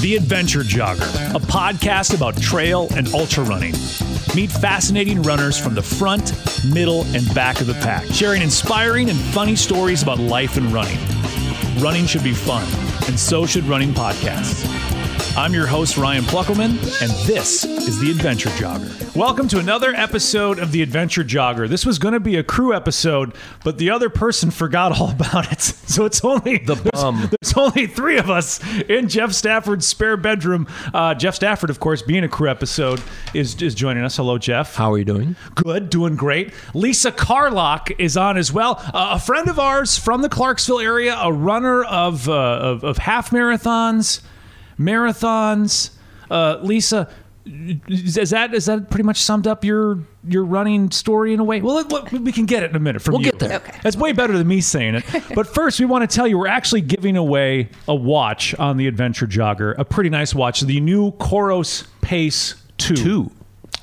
The Adventure Jogger, a podcast about trail and ultra running. Meet fascinating runners from the front, middle, and back of the pack, sharing inspiring and funny stories about life and running. Running should be fun, and so should running podcasts. I'm your host, Ryan Pluckelman, and this is The Adventure Jogger. Welcome to another episode of The Adventure Jogger. This was going to be a crew episode, but the other person forgot all about it. So it's only the bum. there's only three of us in Jeff Stafford's spare bedroom. Uh, Jeff Stafford, of course, being a crew episode, is is joining us. Hello, Jeff. How are you doing? Good, doing great. Lisa Carlock is on as well. Uh, a friend of ours from the Clarksville area, a runner of uh, of, of half marathons, marathons. Uh, Lisa, is that is that pretty much summed up your your running story in a way? Well, it- we can get it in a minute from We'll you. get there. Okay. That's way better than me saying it. But first, we want to tell you we're actually giving away a watch on the Adventure Jogger, a pretty nice watch, the new Koros Pace 2. Two.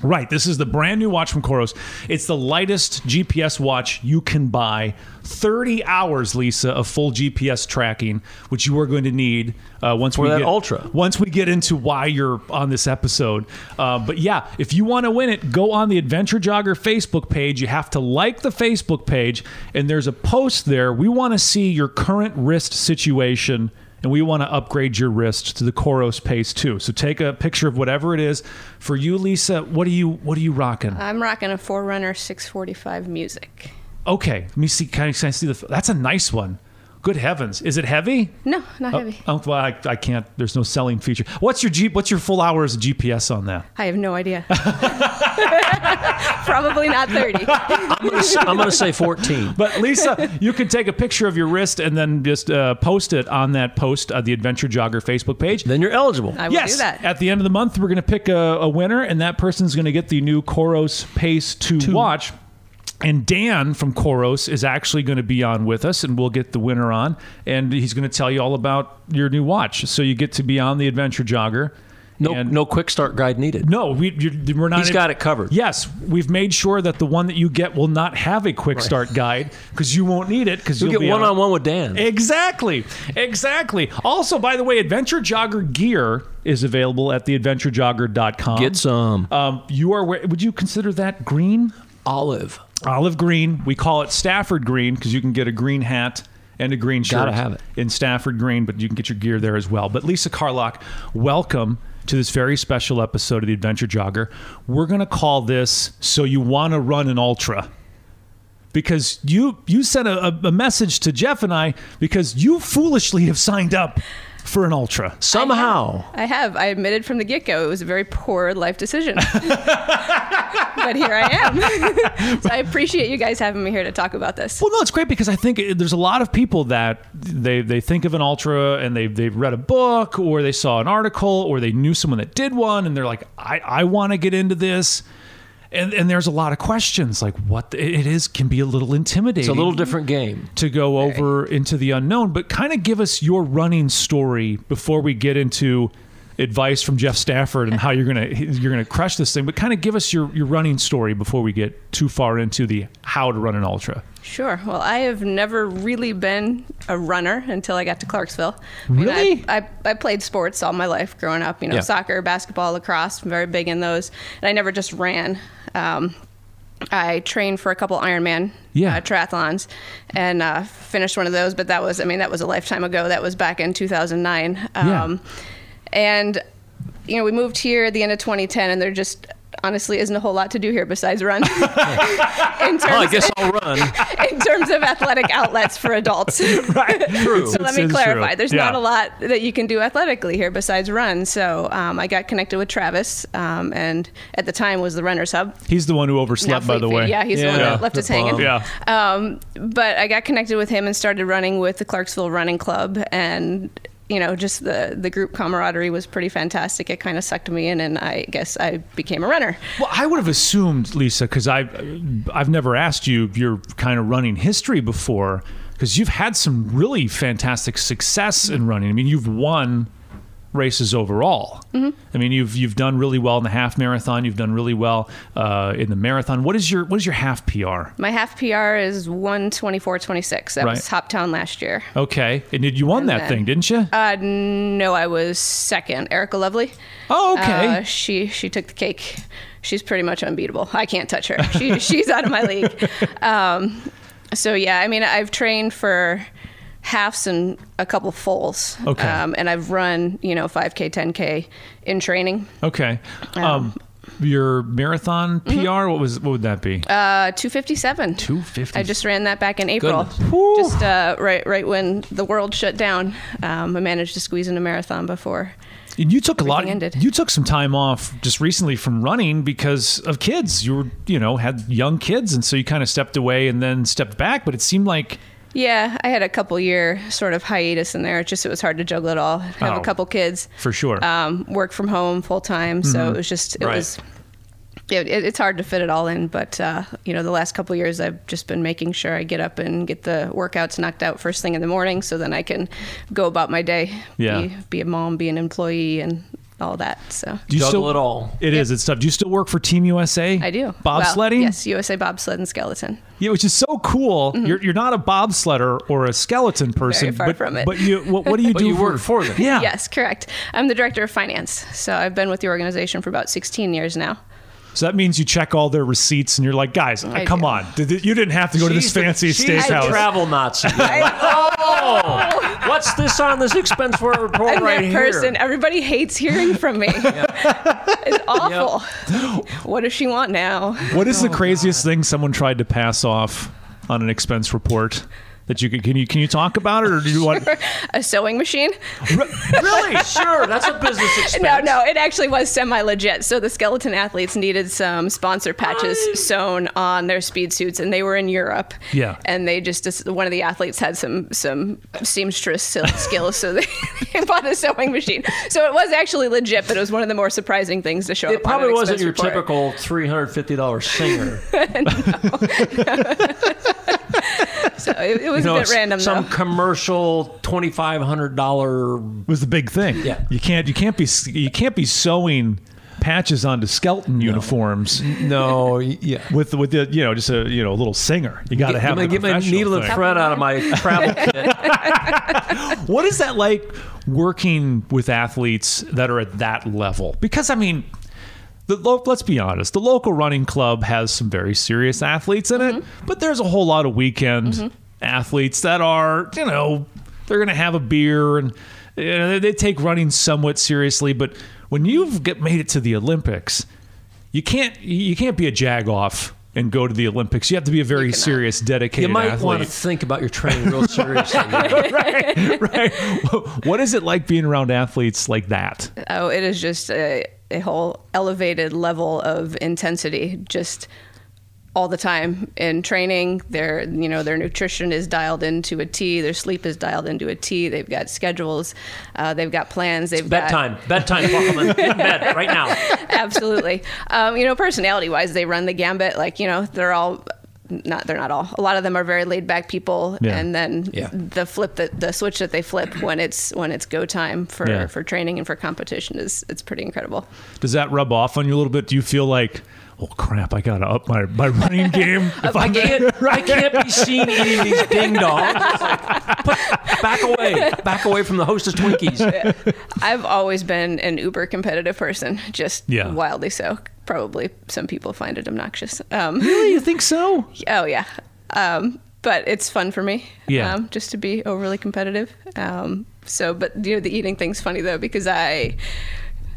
Right. This is the brand new watch from Koros. It's the lightest GPS watch you can buy. 30 hours, Lisa, of full GPS tracking, which you are going to need uh, once we that get, Ultra. Once we get into why you're on this episode, uh, but yeah, if you want to win it, go on the Adventure Jogger Facebook page. You have to like the Facebook page, and there's a post there. We want to see your current wrist situation. And we want to upgrade your wrist to the Koros Pace 2. So take a picture of whatever it is. For you, Lisa, what are you what are you rocking? I'm rocking a Forerunner 645 music. okay, let me see. Can I, can I see the? That's a nice one. Good heavens, is it heavy? No, not Oh, heavy. oh, well, I, I can't. There's no selling feature. What's your Jeep? What's your full hours GPS on that? I have no idea. Probably not 30. I'm gonna, s- I'm gonna say 14. But Lisa, you can take a picture of your wrist and then just uh, post it on that post on the Adventure Jogger Facebook page. Then you're eligible. I will yes, do that. at the end of the month, we're going to pick a, a winner, and that person's going to get the new Koros Pace to watch. And Dan from Koros is actually going to be on with us, and we'll get the winner on, and he's going to tell you all about your new watch. So you get to be on the Adventure Jogger. No, and- no quick start guide needed. No, we, you're, we're not. He's got it covered. Yes, we've made sure that the one that you get will not have a quick start guide because you won't need it because you will get be one on one with Dan. Exactly, exactly. Also, by the way, Adventure Jogger gear is available at theadventurejogger.com. Get some Um, you are. we- Would you consider that green? olive. Olive green. We call it Stafford green because you can get a green hat and a green shirt. Gotta have it. in Stafford green, but you can get your gear there as well. But Lisa Carlock, welcome to this very special episode of the Adventure Jogger. We're gonna call this "So You Want to Run an Ultra." Because you you sent a, a- a message to Jeff and I because you foolishly have signed up for an ultra. Somehow. I have. I admitted from the get go it was a very poor life decision. but here I am. so I appreciate you guys having me here to talk about this. Well, no, it's great because I think it- there's a lot of people that they they think of an ultra and they they've read a book or they saw an article or they knew someone that did one and they're like, I I want to get into this. And, and there's a lot of questions like what the- it is can be a little intimidating It's a little different game. to go over into the unknown but kind of give us your running story before we get into advice from Jeff Stafford and how you're gonna you're gonna crush this thing but kind of give us your, your running story before we get too far into the how to run an ultra Sure. Well, I have never really been a runner until I got to Clarksville. Really? I, mean, I, I, I played sports all my life growing up, you know, Yeah. soccer, basketball, lacrosse, I'm very big in those. And I never just ran. Um, I trained for a couple Ironman Yeah. uh, triathlons and uh, finished one of those, but that was, I mean, that was a lifetime ago. That was back in 2009. Yeah. Um, And, you know, we moved here at the end of 2010, and there just honestly isn't a whole lot to do here besides run. in terms Oh, I guess I'll run. in terms of athletic outlets for adults. right. True. So let me clarify. There's not a lot that you can do athletically here besides run. So um, I got connected with Travis, um, and at the time was the Runners Hub. He's the one who Now overslept, by Fleet the Feet. way. Yeah, he's the one Yeah. that left us hanging. bomb. Yeah. Um, but I got connected with him and started running with the Clarksville Running Club, and you know, just the the group camaraderie was pretty fantastic. It kind of sucked me in, and I guess I became a runner. Well, I would have assumed, Lisa, because I, I've never asked you your kind of running history before, because you've had some really fantastic success in running. I mean, you've won races overall. Mm-hmm. I mean, you've you've done really well in the half marathon. You've done really well uh, in the marathon. What is your what is your half PR? My half PR is 124.26. That was Right. Hop Town last year. Okay, and did you won that then- thing, didn't you? Uh, no, I was second. Erica Lovely. oh, okay. Uh, she she took the cake. She's pretty much unbeatable. I can't touch her. She, she's out of my league. Um, so yeah, I mean, I've trained for halves and a couple fulls. Okay. Um, and I've run you know 5k, 10k in training. okay. Um, your marathon Mm-hmm. PR. What was what would that be? Uh, 257. 250. I just ran that back in April. Goodness. Just uh, right right when the world shut down, um, I managed to squeeze in a marathon before. And you took a lot. Everything ended. You took some time off just recently from running because of kids. You were, you know, had young kids, and so you kind of stepped away and then stepped back. But it seemed like Yeah, I had a couple year sort of hiatus in there. It just it was hard to juggle it all. Have Oh. a couple kids, for sure. Mm-hmm. um, work from home full time, so it was just it Right. was. It, it, it's hard to fit it all in, but uh, you know, the last couple years I've just been making sure I get up and get the workouts knocked out first thing in the morning, so then I can go about my day. Yeah. Be, be a mom, be an employee, and all that. So do you Juggle still, it all. It is. It's tough. Do you still work for Team USA? I do Bobsledding? Well, yes, USA bobsled and skeleton. Yeah, which is so cool. You're, you're not a bobsledder or a skeleton person. far but, from it. But you, what, what do you But do? you work for them. Yeah. Yes, correct. I'm the director of finance, so I've been with the organization for about 16 years now. So that means you check all their receipts, and you're like, guys, I come do. on, Did- you didn't have to go to this She's the- fancy she's steakhouse. The travel Nazi. oh, what's this on this expense for report I'm right that here? person. Everybody hates hearing from me. It's awful. What does she want now? What Oh, is the craziest thing someone tried to pass off on an expense report that you can, can you can you talk about it or do you want A sewing machine? Really? Sure, that's a business expense. No, no, it actually was semi legit. So the skeleton athletes needed some sponsor patches sewn on their speed suits, and they were in Europe. Yeah. And they just, just- one of the athletes had some some seamstress sil- skills, so they, they bought a sewing machine. So it was actually legit, but it was one of the more surprising things to show up. It probably on an wasn't expense your report. typical three hundred fifty dollars singer. So it, it was You know, a bit random, some though. commercial twenty five hundred dollar. was the big thing? Yeah. you can't you can't be you can't be sewing patches onto skeleton uniforms No, yeah. with with the, you know just a you know little singer. You got to have I'm the gonna get my professional needle and thing. thread out of my travel kit. What is that like working with athletes that are at that level? Because I mean, the lo- let's be honest, the local running club has some very serious athletes in it, but there's a whole lot of weekend athletes that are, you know, they're going to have a beer and you know, they, they take running somewhat seriously. But when you've get, made it to the Olympics, you can't you can't be a jag off and go to the Olympics. You have to be a very cannot. serious, dedicated You might athlete want to think about your training real seriously. right, right. What is it like being around athletes like that? Oh, it is just a, a whole elevated level of intensity, just all the time in training. Their you know their nutrition is dialed into a T. Their sleep is dialed into a T. They've got schedules. Uh, they've got plans. They've got bedtime, bedtime, Buckleman. Get in bed right now. absolutely. Um, you know, personality wise, they run the gambit. Like you know, they're all not they're not all a lot of them are very laid back people Yeah. and then Yeah. the flip that the switch that they flip when it's when it's go time for Yeah. for training and for competition is it's pretty incredible Does that rub off on you a little bit? Do you feel like, oh crap, I gotta up my, my running game? If I I'm gonna-" can't. I can't be seen eating these ding dongs. back away. Back away from the hostess Twinkies. I've always been an uber competitive person, just Yeah. wildly so. Probably some people find it obnoxious. Um, Really, you think so? oh yeah, um, but it's fun for me. Yeah. um, just to be overly competitive. Um, so, but you know, the eating thing's funny though because I,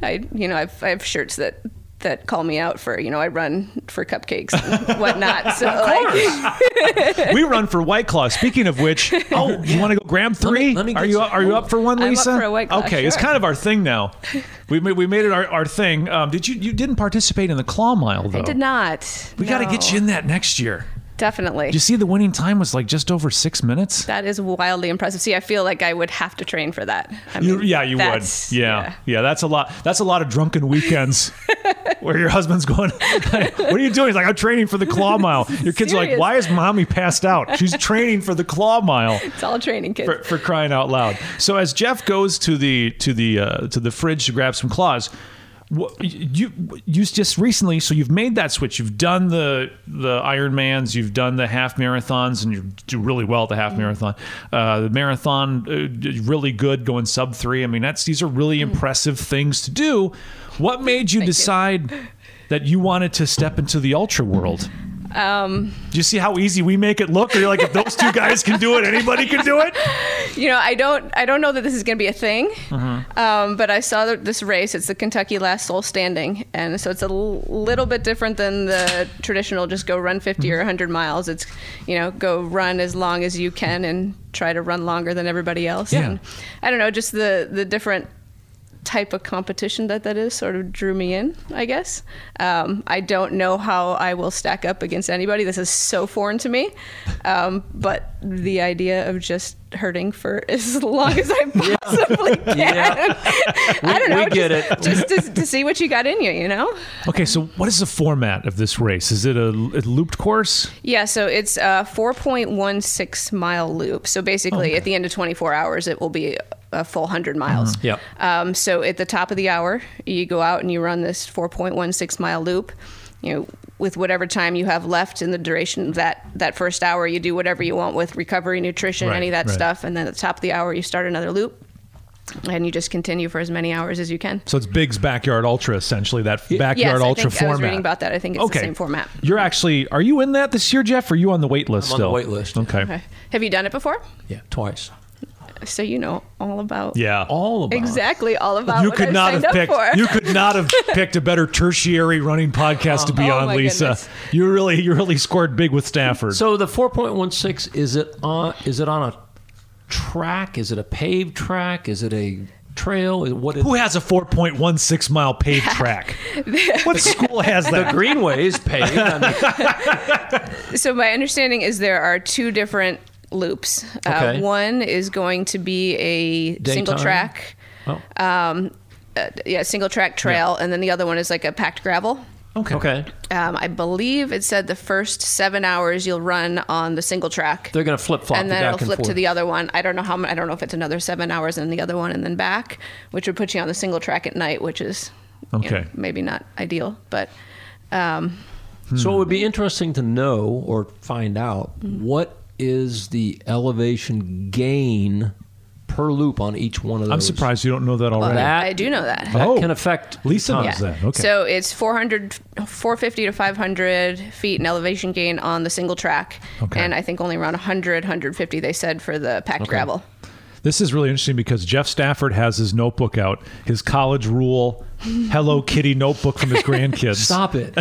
I you know, I've I have shirts that that call me out for you know I run for cupcakes and whatnot. So like, We run for White Claw. Speaking of which, oh, you want to go grab three? let me are get you some- are you up for one, I'm up Lisa? for a White Claw, okay, it's sure. kind of our thing now. We made, we made it our, our thing. Um, did you you didn't participate in the claw mile though? I did not. We got to get you in that next year. Definitely. Did you see the winning time was like just over six minutes? that is wildly impressive. See, I feel like I would have to train for that. I You- mean, yeah, you would. that's- Yeah. yeah, That's a lot. That's a lot of drunken weekends where your husband's going, like, "What are you doing?" He's like, "I'm training for the claw mile." Your kids are like, Serious. "Why is mommy passed out? She's training for the claw mile." It's all training, kids. For, for crying out loud! So as Jeff goes to the to the uh, to the fridge to grab some claws, wh- you you just recently so you've made that switch. You've done the the Ironmans, you've done the half marathons, and you do really well at the half marathon. Uh, the marathon uh, d- really good, going sub three. I mean, that's these are really impressive things to do. What made you decide that you wanted to step into the ultra world? um, Do you see how easy we make it look? Or you're like, if those two guys can do it, anybody can do it. you know, I don't, I don't know that this is going to be a thing, Mm-hmm. um, but I saw th- this race. It's the Kentucky Last Soul Standing, and so it's a l- little bit different than the traditional just go run 50 Mm-hmm. or 100 miles. It's, you know, go run as long as you can and try to run longer than everybody else. Yeah. And I don't know, just the the different type of competition that that is sort of drew me in, I guess. Um, I don't know how I will stack up against anybody. This is so foreign to me. Um, but the idea of just hurting for as long as I possibly can. I don't we know. get just, it. Just to, to see what you got in you, you know? Okay, so what is the format of this race? Is it a, a looped course? Yeah, so it's a 4.16 mile loop. So basically, at the end of 24 hours, it will be a full 100 Mm-hmm. miles. Yep. Um, so at the top of the hour, you go out and you run this 4.16 mile loop. You know, with whatever time you have left in the duration of that that first hour, you do whatever you want with recovery, nutrition, Right, any of that right. stuff, and then at the top of the hour, you start another loop, and you just continue for as many hours as you can. So it's Big's Backyard Ultra, essentially, that Backyard yes, I Ultra think format. I was reading about that. I think it's okay. the same format. You're actually, are you in that this year, Jeff? Or are you on the wait list I'm on the still? wait list. Okay. Okay. Have you done it before? Yeah, twice. So you know all about Yeah. All of exactly all about you what could I not have signed up picked. for. You could not have picked a better tertiary running podcast to be Oh on, my Lisa. goodness. You really, you really scored big with Stafford. So the 4.16 is it on is it on a track? Is it a paved track? Is it a trail? Is- What is who has a 4.16 mile paved track? what school has that? Greenway is paved. I mean, so my understanding is there are two different loops. Okay. Uh, one is going to be a single Daytime? track, well, uh, yeah, single track trail, and then the other one is like a packed gravel. Okay. okay. Um, I believe it said the first seven hours you'll run on the single track. They're going to flip flop and then back it'll and flip forth. to the other one. I don't know how. mu- I don't know if it's another seven hours and the other one, and then back, which would put you on the single track at night, which is you know, Okay. maybe not ideal, but So it would Hmm. be interesting to know or find out what is the elevation gain per loop on each one of those. I'm surprised you don't know that already. That- I do know that. That Oh. can affect Lisa time. knows that. Okay. So it's 400, 450 to 500 feet in elevation gain on the single track. Okay. And I think only around 100, 150, they said, for the packed gravel. This is really interesting because Jeff Stafford has his notebook out, his college rule Hello Kitty notebook from his grandkids. Stop it.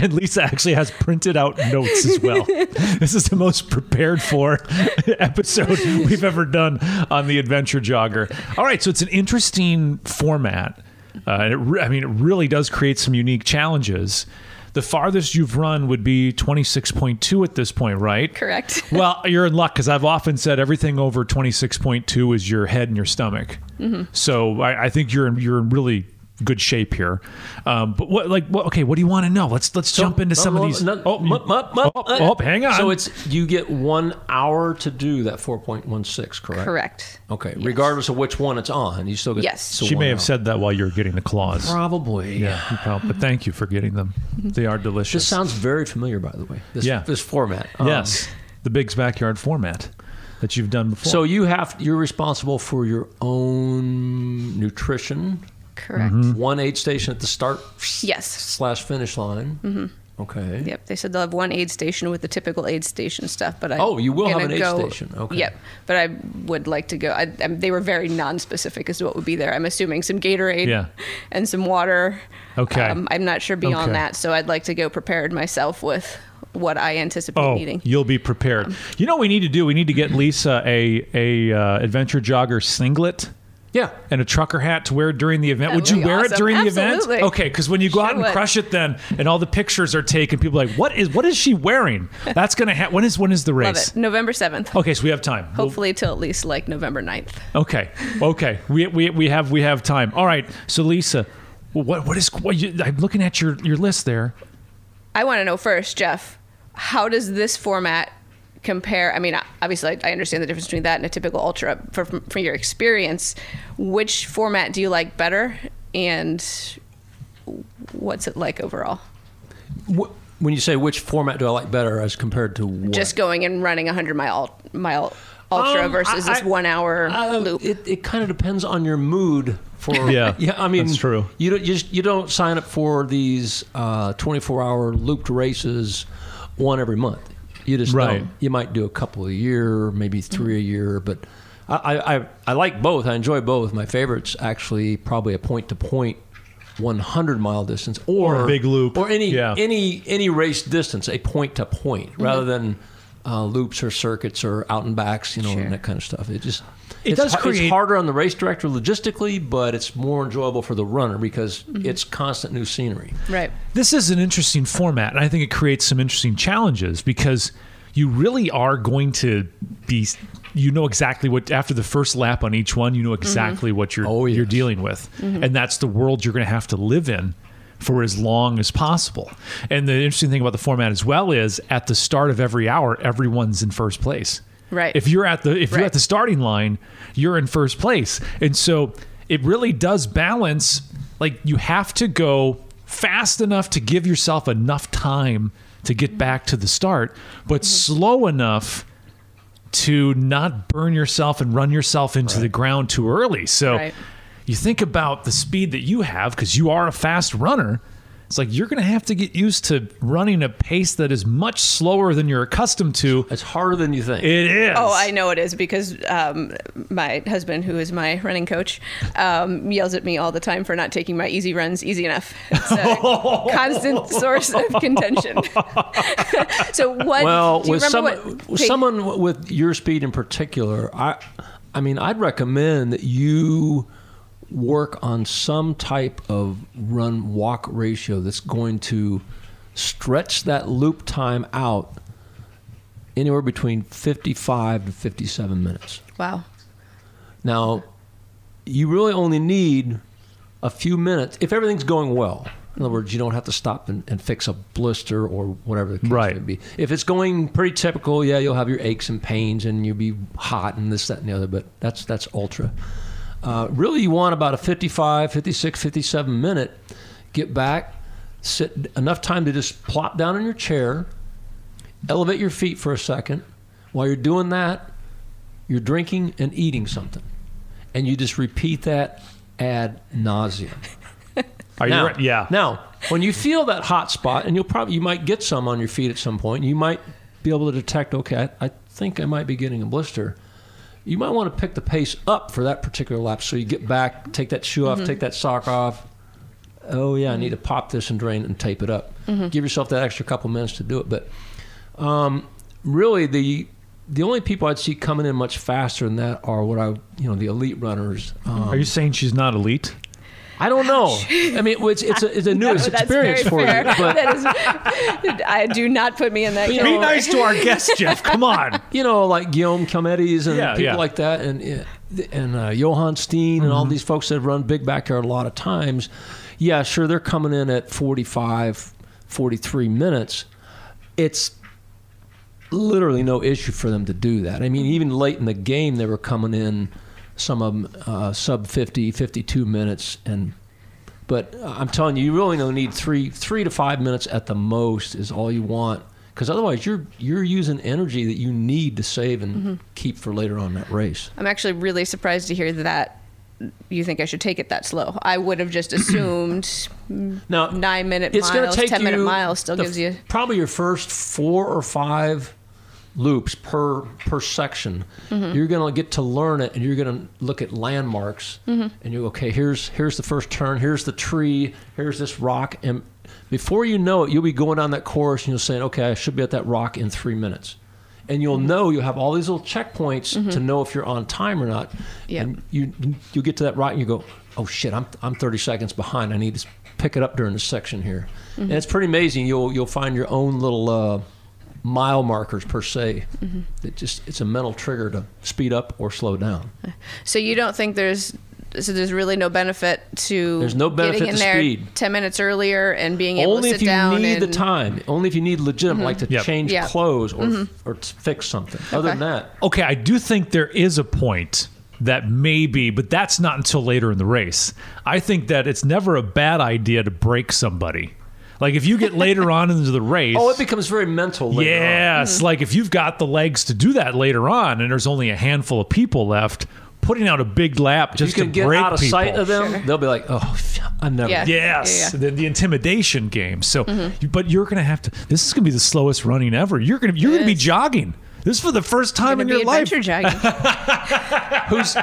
And Lisa actually has printed out notes as well. this is the most prepared for episode we've ever done on the Adventure Jogger. All right, so it's an interesting format. Uh, and it re- I mean, it really does create some unique challenges. The farthest you've run would be 26.2 at this point, right? Correct. well, you're in luck because I've often said everything over 26.2 is your head and your stomach. So I, I think you're in, you're in really good shape here. Um, but what like what, okay, what do you want to know? Let's let's jump into some of these. No, oh, mu- mu- mu- uh, oh, oh, hang on. So it's you get one hour to do that 4.16, correct? Correct. Okay. Regardless of which one it's on, you still get. Yes. so she one may have hour. said that while you were getting the claws. Probably. Yeah, you prob- Mm-hmm. but thank you for getting them. They are This delicious. sounds very familiar, by the way. This, Yeah. This format. Um, yes, the Big's backyard format that you've done before. So you have you're responsible for your own nutrition. Correct. One aid station at the start s- Mm-hmm. Yes. slash finish line. Mm-hmm. Okay. Yep. They said they'll have one aid station with the typical aid station stuff, but I Oh, you will have an aid station. Okay. Yep. But I would like to go. I, I, they were very non-specific as to what would be there. I'm assuming some Gatorade Yeah. and some water. Um, Okay. I'm not sure Okay. beyond that, so I'd like to go prepared myself with what I anticipate Oh, needing. you'll be prepared. you know what we need to do? We need to get Lisa a a uh, adventure jogger singlet Yeah. and a trucker hat to wear during the event. That would would you be wear it awesome. during the Absolutely. event? Okay, because when you go Sure out and would. crush it, then and all the pictures are taken, people are like, what is what is she wearing? That's gonna happen. When is when is the Love race? it. November 7th. Okay, so we have time. We'll- Hopefully till at least like November 9th. okay, okay, we, we, we have we have time. All right, so Lisa, what what is what you, I'm looking at your your list there. I want to know first, Jeff, how does this format compare? I mean, obviously, I I understand the difference between that and a typical ultra. For, for your experience, which format do you like better, and what's it like overall? Wh- When you say which format do I like better as compared to what? Just going and running a hundred mile mile ultra Um, versus I- this I- one hour Uh, loop. It, it kind of depends on your mood for Yeah, yeah. I mean, that's true. You don't you, just, you don't sign up for these uh, 24-hour looped races one every month. You just Right. don't. You might do a couple a year, maybe three a Mm-hmm. year, but. I, I, I- I like both. I enjoy both. My favorite's actually probably a point to point 100 mile distance or, Or a big loop. or any Yeah. any any race distance, a point to point rather than uh, loops or circuits or out and backs, you know, Sure. and that kind of stuff. It just It it's does har- create- it's harder on the race director logistically, but it's more enjoyable for the runner because it's constant new scenery. right. this is an interesting format, and I think it creates some interesting challenges because you really are going to be. You know exactly what after the first lap on each one, you know exactly what you're Oh, yes. Mm-hmm. you're dealing with, and that's the world you're going to have to live in for as long as possible. And the interesting thing about the format as well is at the start of every hour, everyone's in first place. Right. If you're at the if you're Right. at the starting line, you're in first place. And so it really does balance like you have to go fast enough to give yourself enough time to Mm-hmm. get back to the start, but slow enough to not burn yourself and run yourself into the ground too early. So Right. you think about the speed that you have because you are a fast runner. It's like you're going to have to get used to running a pace that is much slower than you're accustomed to. It's harder than you think. It is. Oh, I know it is because um, my husband, who is my running coach, um, yells at me all the time for not taking my easy runs easy enough. It's a constant source of contention. so what? well, do you with remember some, what, with take- someone w- with your speed in particular, I, I mean, I'd recommend that you work on some type of run walk ratio that's going to stretch that loop time out anywhere between 55 to 57 minutes. Wow. Now, you really only need a few minutes if everything's going well. In other words, you don't have to stop and, and fix a blister or whatever the case Right. may be. If it's going pretty typical, yeah, you'll have your aches and pains and you'll be hot and this, that, and the other, but that's, that's ultra. Uh, really, you want about a 55, 56, 57 minute get back, sit enough time to just plop down in your chair, elevate your feet for a second. While you're doing that, you're drinking and eating something. And you just repeat that ad nauseum. Are you? Now, right? Yeah. Now, when you feel that hot spot, and you'll probably you might get some on your feet at some point, you might be able to detect, okay, I, I think I might be getting a blister. You might want to pick the pace up for that particular lap, so you get back, take that shoe off, take that sock off. Oh yeah, I need to pop this and drain it and tape it up. Give yourself that extra couple minutes to do it, but um, really the the only people I'd see coming in much faster than that are what I you know the elite runners. Um, Are you saying she's not elite? I don't know. I mean, it's it's a, it's a newest Oh, that's experience very for fair. you, but that is, I do not put me in that. Be Be category. nice to our guest, Jeff. Come on. you know, like Guillaume Calmettes and Yeah, people yeah. like that, and and uh, Johann Steen and Mm-hmm. all these folks that have run big backyard a lot of times. Yeah, sure, they're coming in at 45, 43 minutes. It's literally no issue for them to do that. I mean, even late in the game, they were coming in some of them uh, sub 50, 52 minutes, and but uh, I'm telling you, you really only need three three to five minutes at the most is all you want, because otherwise you're you're using energy that you need to save and keep for later on in that race. I'm actually really surprised to hear that. You think I should take it that slow? I would have just assumed Now nine minute it's going miles, to take ten minute you miles still the- gives you probably your first four or five loops per per section. Mm-hmm. You're going to get to learn it, and you're going to look at landmarks, Mm-hmm. and you okay. Here's here's the first turn. Here's the tree. Here's this rock, and before you know it, you'll be going down that course, and you'll saying, okay, I should be at that rock in three minutes. and you'll know you'll have all these little checkpoints to Mm-hmm. know if you're on time or not. Yep. And you you get to that right and you go, oh shit, I'm I'm 30 seconds behind. I need to pick it up during this section here. Mm-hmm. And it's pretty amazing. You'll you'll find your own little uh, mile markers per se. Mm-hmm. That just it's a mental trigger to speed up or slow down. So you don't think there's so there's really no benefit to There's no benefit getting in to there speed. ten minutes earlier and being able Only to if sit you down need the and- Mm-hmm. time. Only if you need legitimate, like to Yep. change Yeah. clothes or Mm-hmm. or to fix something. Other than that, Okay, I do think there is a point that maybe, but that's not until later in the race. I think that it's never a bad idea to break somebody. Like if you get later on into the race, oh, it becomes very mental. Later on. Yes, like if you've got the legs to do that later on, and there's only a handful of people left, putting out a big lap just you can to get break out of people. sight of them, Sure. they'll be like, "Oh, I never." Yeah. Yes, Yeah, The, the intimidation game. So, you, but you're going to have to. This is going to be the slowest running ever. You're going to you're going to be jogging. This is for the first time Gonna in be your life. adventure jogging. Who's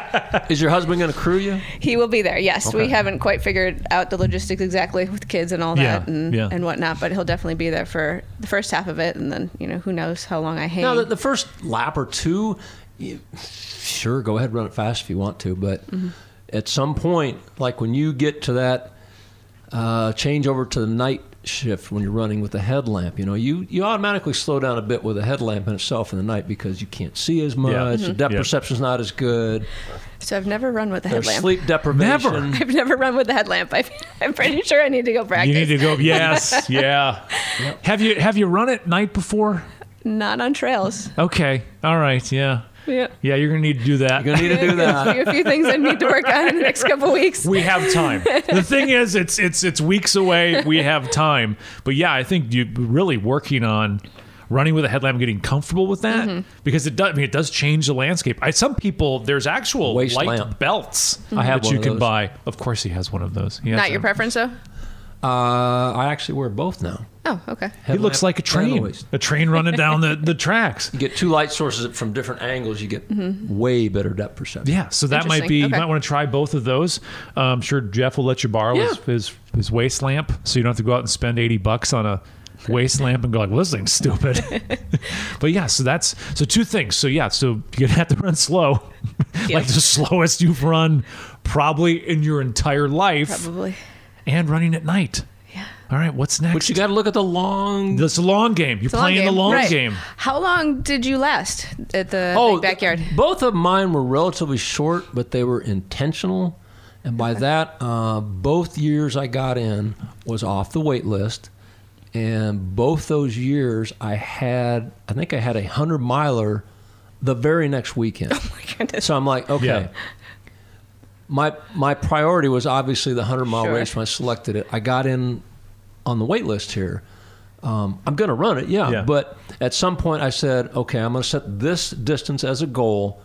is your husband going to crew you? he will be there. Yes, we Okay. haven't quite figured out the logistics exactly with kids and all that Yeah, and yeah. and whatnot, but he'll definitely be there for the first half of it, and then you know who knows how long I hang. No, the, the first lap or two, you, sure, go ahead, run it fast if you want to. But Mm-hmm. at some point, like when you get to that uh, change over to the night shift when you're running with the headlamp, you know, you, you automatically slow down a bit with a headlamp in itself in the night because you can't see as much. Mm-hmm. The depth Yeah. perception's not as good. so I've never run with a There's headlamp. sleep deprivation. I've never run with a headlamp. I, I'm pretty sure I need to go You practice. need to go. Yes, yeah. Have you have you run it night before? Not on trails. Okay, all right, yeah, Yeah. yeah. You're going to need to do that. You're going to need to do that. a few- a few things I need to work on in the next couple weeks. we have time. The thing is, it's it's it's weeks away. We have time. But yeah, I think you really working on running with a headlamp, getting comfortable with that Mm-hmm. because it does. I mean, it does change the landscape. I, some people there's actual Waist light lamp. belts I have that one you of can those. buy. Of course, he has one of those. He has Not your them. preference, though. Uh, I actually wear both now. Oh, okay. He looks like a Headlamp and train, waist. a train running down the, the tracks. You get two light sources from different angles. You get Mm-hmm. way better depth perception. Yeah, so that might Interesting. be. You Okay. might want to try both of those. Uh, I'm sure Jeff will let you borrow his, Yeah. his his waist lamp, so you don't have to go out and spend eighty bucks on a waist lamp and go like, "Well, this thing's stupid." but yeah, so that's so two things. So yeah, so you're gonna have to run slow, like the slowest you've run probably in your entire life, Probably. and running at night. Yeah. All right, what's next? But you got to look at the long. This is a long game. You're It's a long playing the game. long Right. game. Oh, How long did you last at the big backyard? th- Oh, Both of mine were relatively short, but they were intentional. And by that, uh, both years I got in was off the wait list. And both those years I had, I think I had a 100 miler the very next weekend. Oh my goodness. So I'm like, okay. Yeah. My my priority was obviously the 100 mile Sure. race when I selected it. I got in on the wait list here. Um, I'm going to run it, yeah, Yeah. But at some point, I said, okay, I'm going to set this distance as a goal,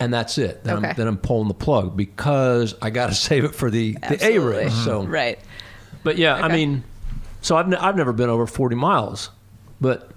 and that's it. Then, Okay. I'm, then I'm pulling the plug because I got to save it for the, the A Absolutely. Mm-hmm. race. So, Right. but yeah, I Okay. mean, so I've, ne- I've never been over 40 miles, but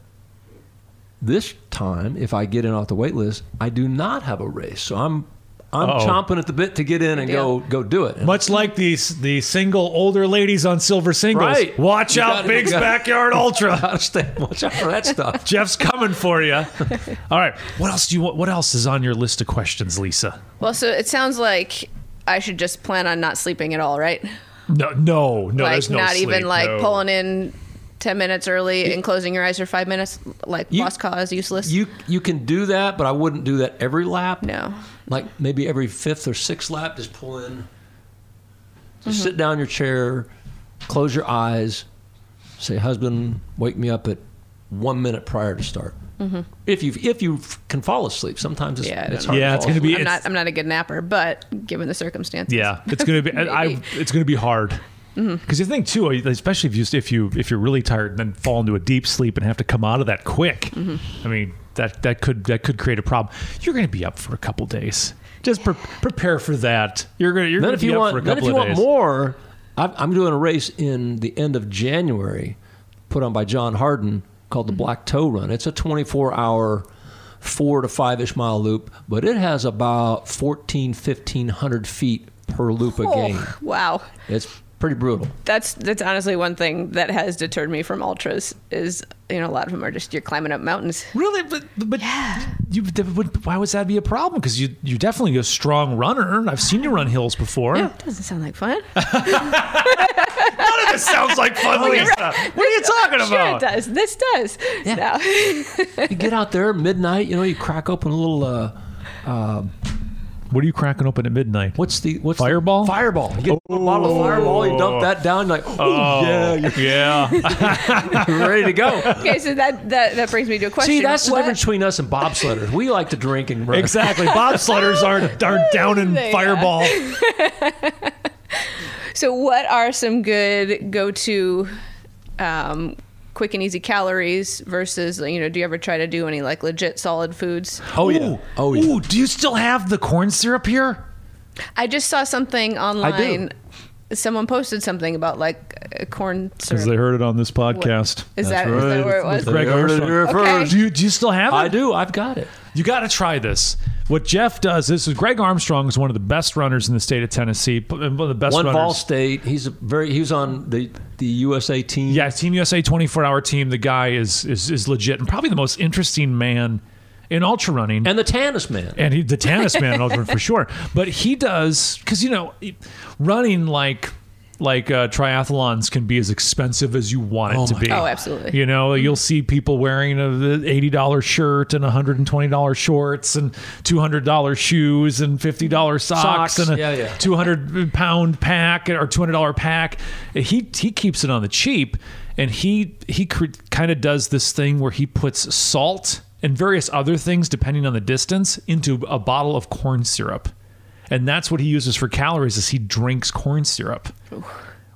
this time, if I get in off the wait list, I do not have a race. So I'm I'm Uh-oh. chomping at the bit to get in and Good go deal. go do it. Much like these the single older ladies on silver singles. Right. Watch You out, gotta- Big's you gotta- Backyard Ultra. Gotta stay- watch out for that stuff. Jeff's coming for you. All right. What else do you want? What else is on your list of questions, Lisa? Well, so it sounds like I should just plan on not sleeping at all, right? No, no, no. like there's no not even sleep, like no. pulling in ten minutes early and closing your eyes for five minutes, like You- lost cause, useless. You you can do that, but I wouldn't do that every lap. no. Like maybe every fifth or sixth lap, just pull in. Mm-hmm. Just sit down in your chair, close your eyes, say, "Husband, wake me up at one minute prior to start." If you if you f- can fall asleep, sometimes it's, Mm-hmm. Yeah, I don't it's know. hard. Yeah, to it's fall gonna be- asleep. I'm it's- not. I'm not a good napper, but given the circumstances, Yeah, it's gonna be. I, I- Maybe. Mm-hmm. it's gonna be hard. Because you think too, uh, especially if you if you if you're really tired and then fall into a deep sleep and have to come out of that quick. Mm-hmm. I mean that that could that could create a problem. You're going to be up for a couple days. Just pre- prepare for that. You're going to you're Then going if to be you up want, for a then couple if of you want days. more, I've, I'm doing a race in the end of January, put on by John Harden called the Mm-hmm. Black Toe Run. It's a 24 hour, four to five ish mile loop, but it has about 14, 1500 feet per loop a Oh, game. wow. It's pretty brutal. That's that's honestly one thing that has deterred me from ultras is you know a lot of them are just you're climbing up mountains. Really, but but Yeah. you, that would- why would that be a problem? Because you you're definitely a strong runner. I've seen you run hills before. That doesn't sound like fun. None of this sounds like Oh, fun, Lisa. What are you talking Sure, about? it does. This does. Yeah. No. You get out there midnight, you know, you crack open a little. Uh, What are you cracking open at midnight? what's the what's the- Fireball? fireball. You get a little bottle of fireball. You dump that down. Like, oh, yeah, you're yeah. ready to go. Okay, so that, that that brings me to a question. See, that's the What- difference between us and bobsledders. We like to drink and run. exactly. Bobsledders aren't are down in They are. fireball. So, what are some good go-to, um, quick and easy calories versus you know? Do you ever try to do any like legit solid foods? Oh yeah. Ooh, Oh yeah. Ooh, do you still have the corn syrup here? I just saw something online. Someone posted something about like uh, corn syrup. heard it on this podcast. Is that- is that where it was? Greg They heard it Herschel. here Okay. first. Do you, do you still have it? I do. I've got it. You got to try this. What Jeff does, this is Greg Armstrong is one of the best runners in the state of Tennessee. p- uh, One of the best One runners. Ball State. He's a very. He was on the the USA team. Yeah, Team USA 24 hour team. The guy is, is is legit and probably the most interesting man in ultra running. And the Tannis man. and he, the tennis man in Ultimate for sure. But he does because you know, it- running like like uh, triathlons can be as expensive as you want it Oh to my be. God. Oh, absolutely. You know, you'll see people wearing a eighty dollar shirt and hundred and twenty dollar shorts and two hundred dollar shoes and fifty dollar socks, Socks, and a yeah, yeah. two hundred pound pack or two hundred dollar pack. He he keeps it on the cheap, and he he cre- kind of does this thing where he puts salt and various other things, depending on the distance, into a bottle of corn syrup, and that's what he uses for calories. Is he drinks corn syrup,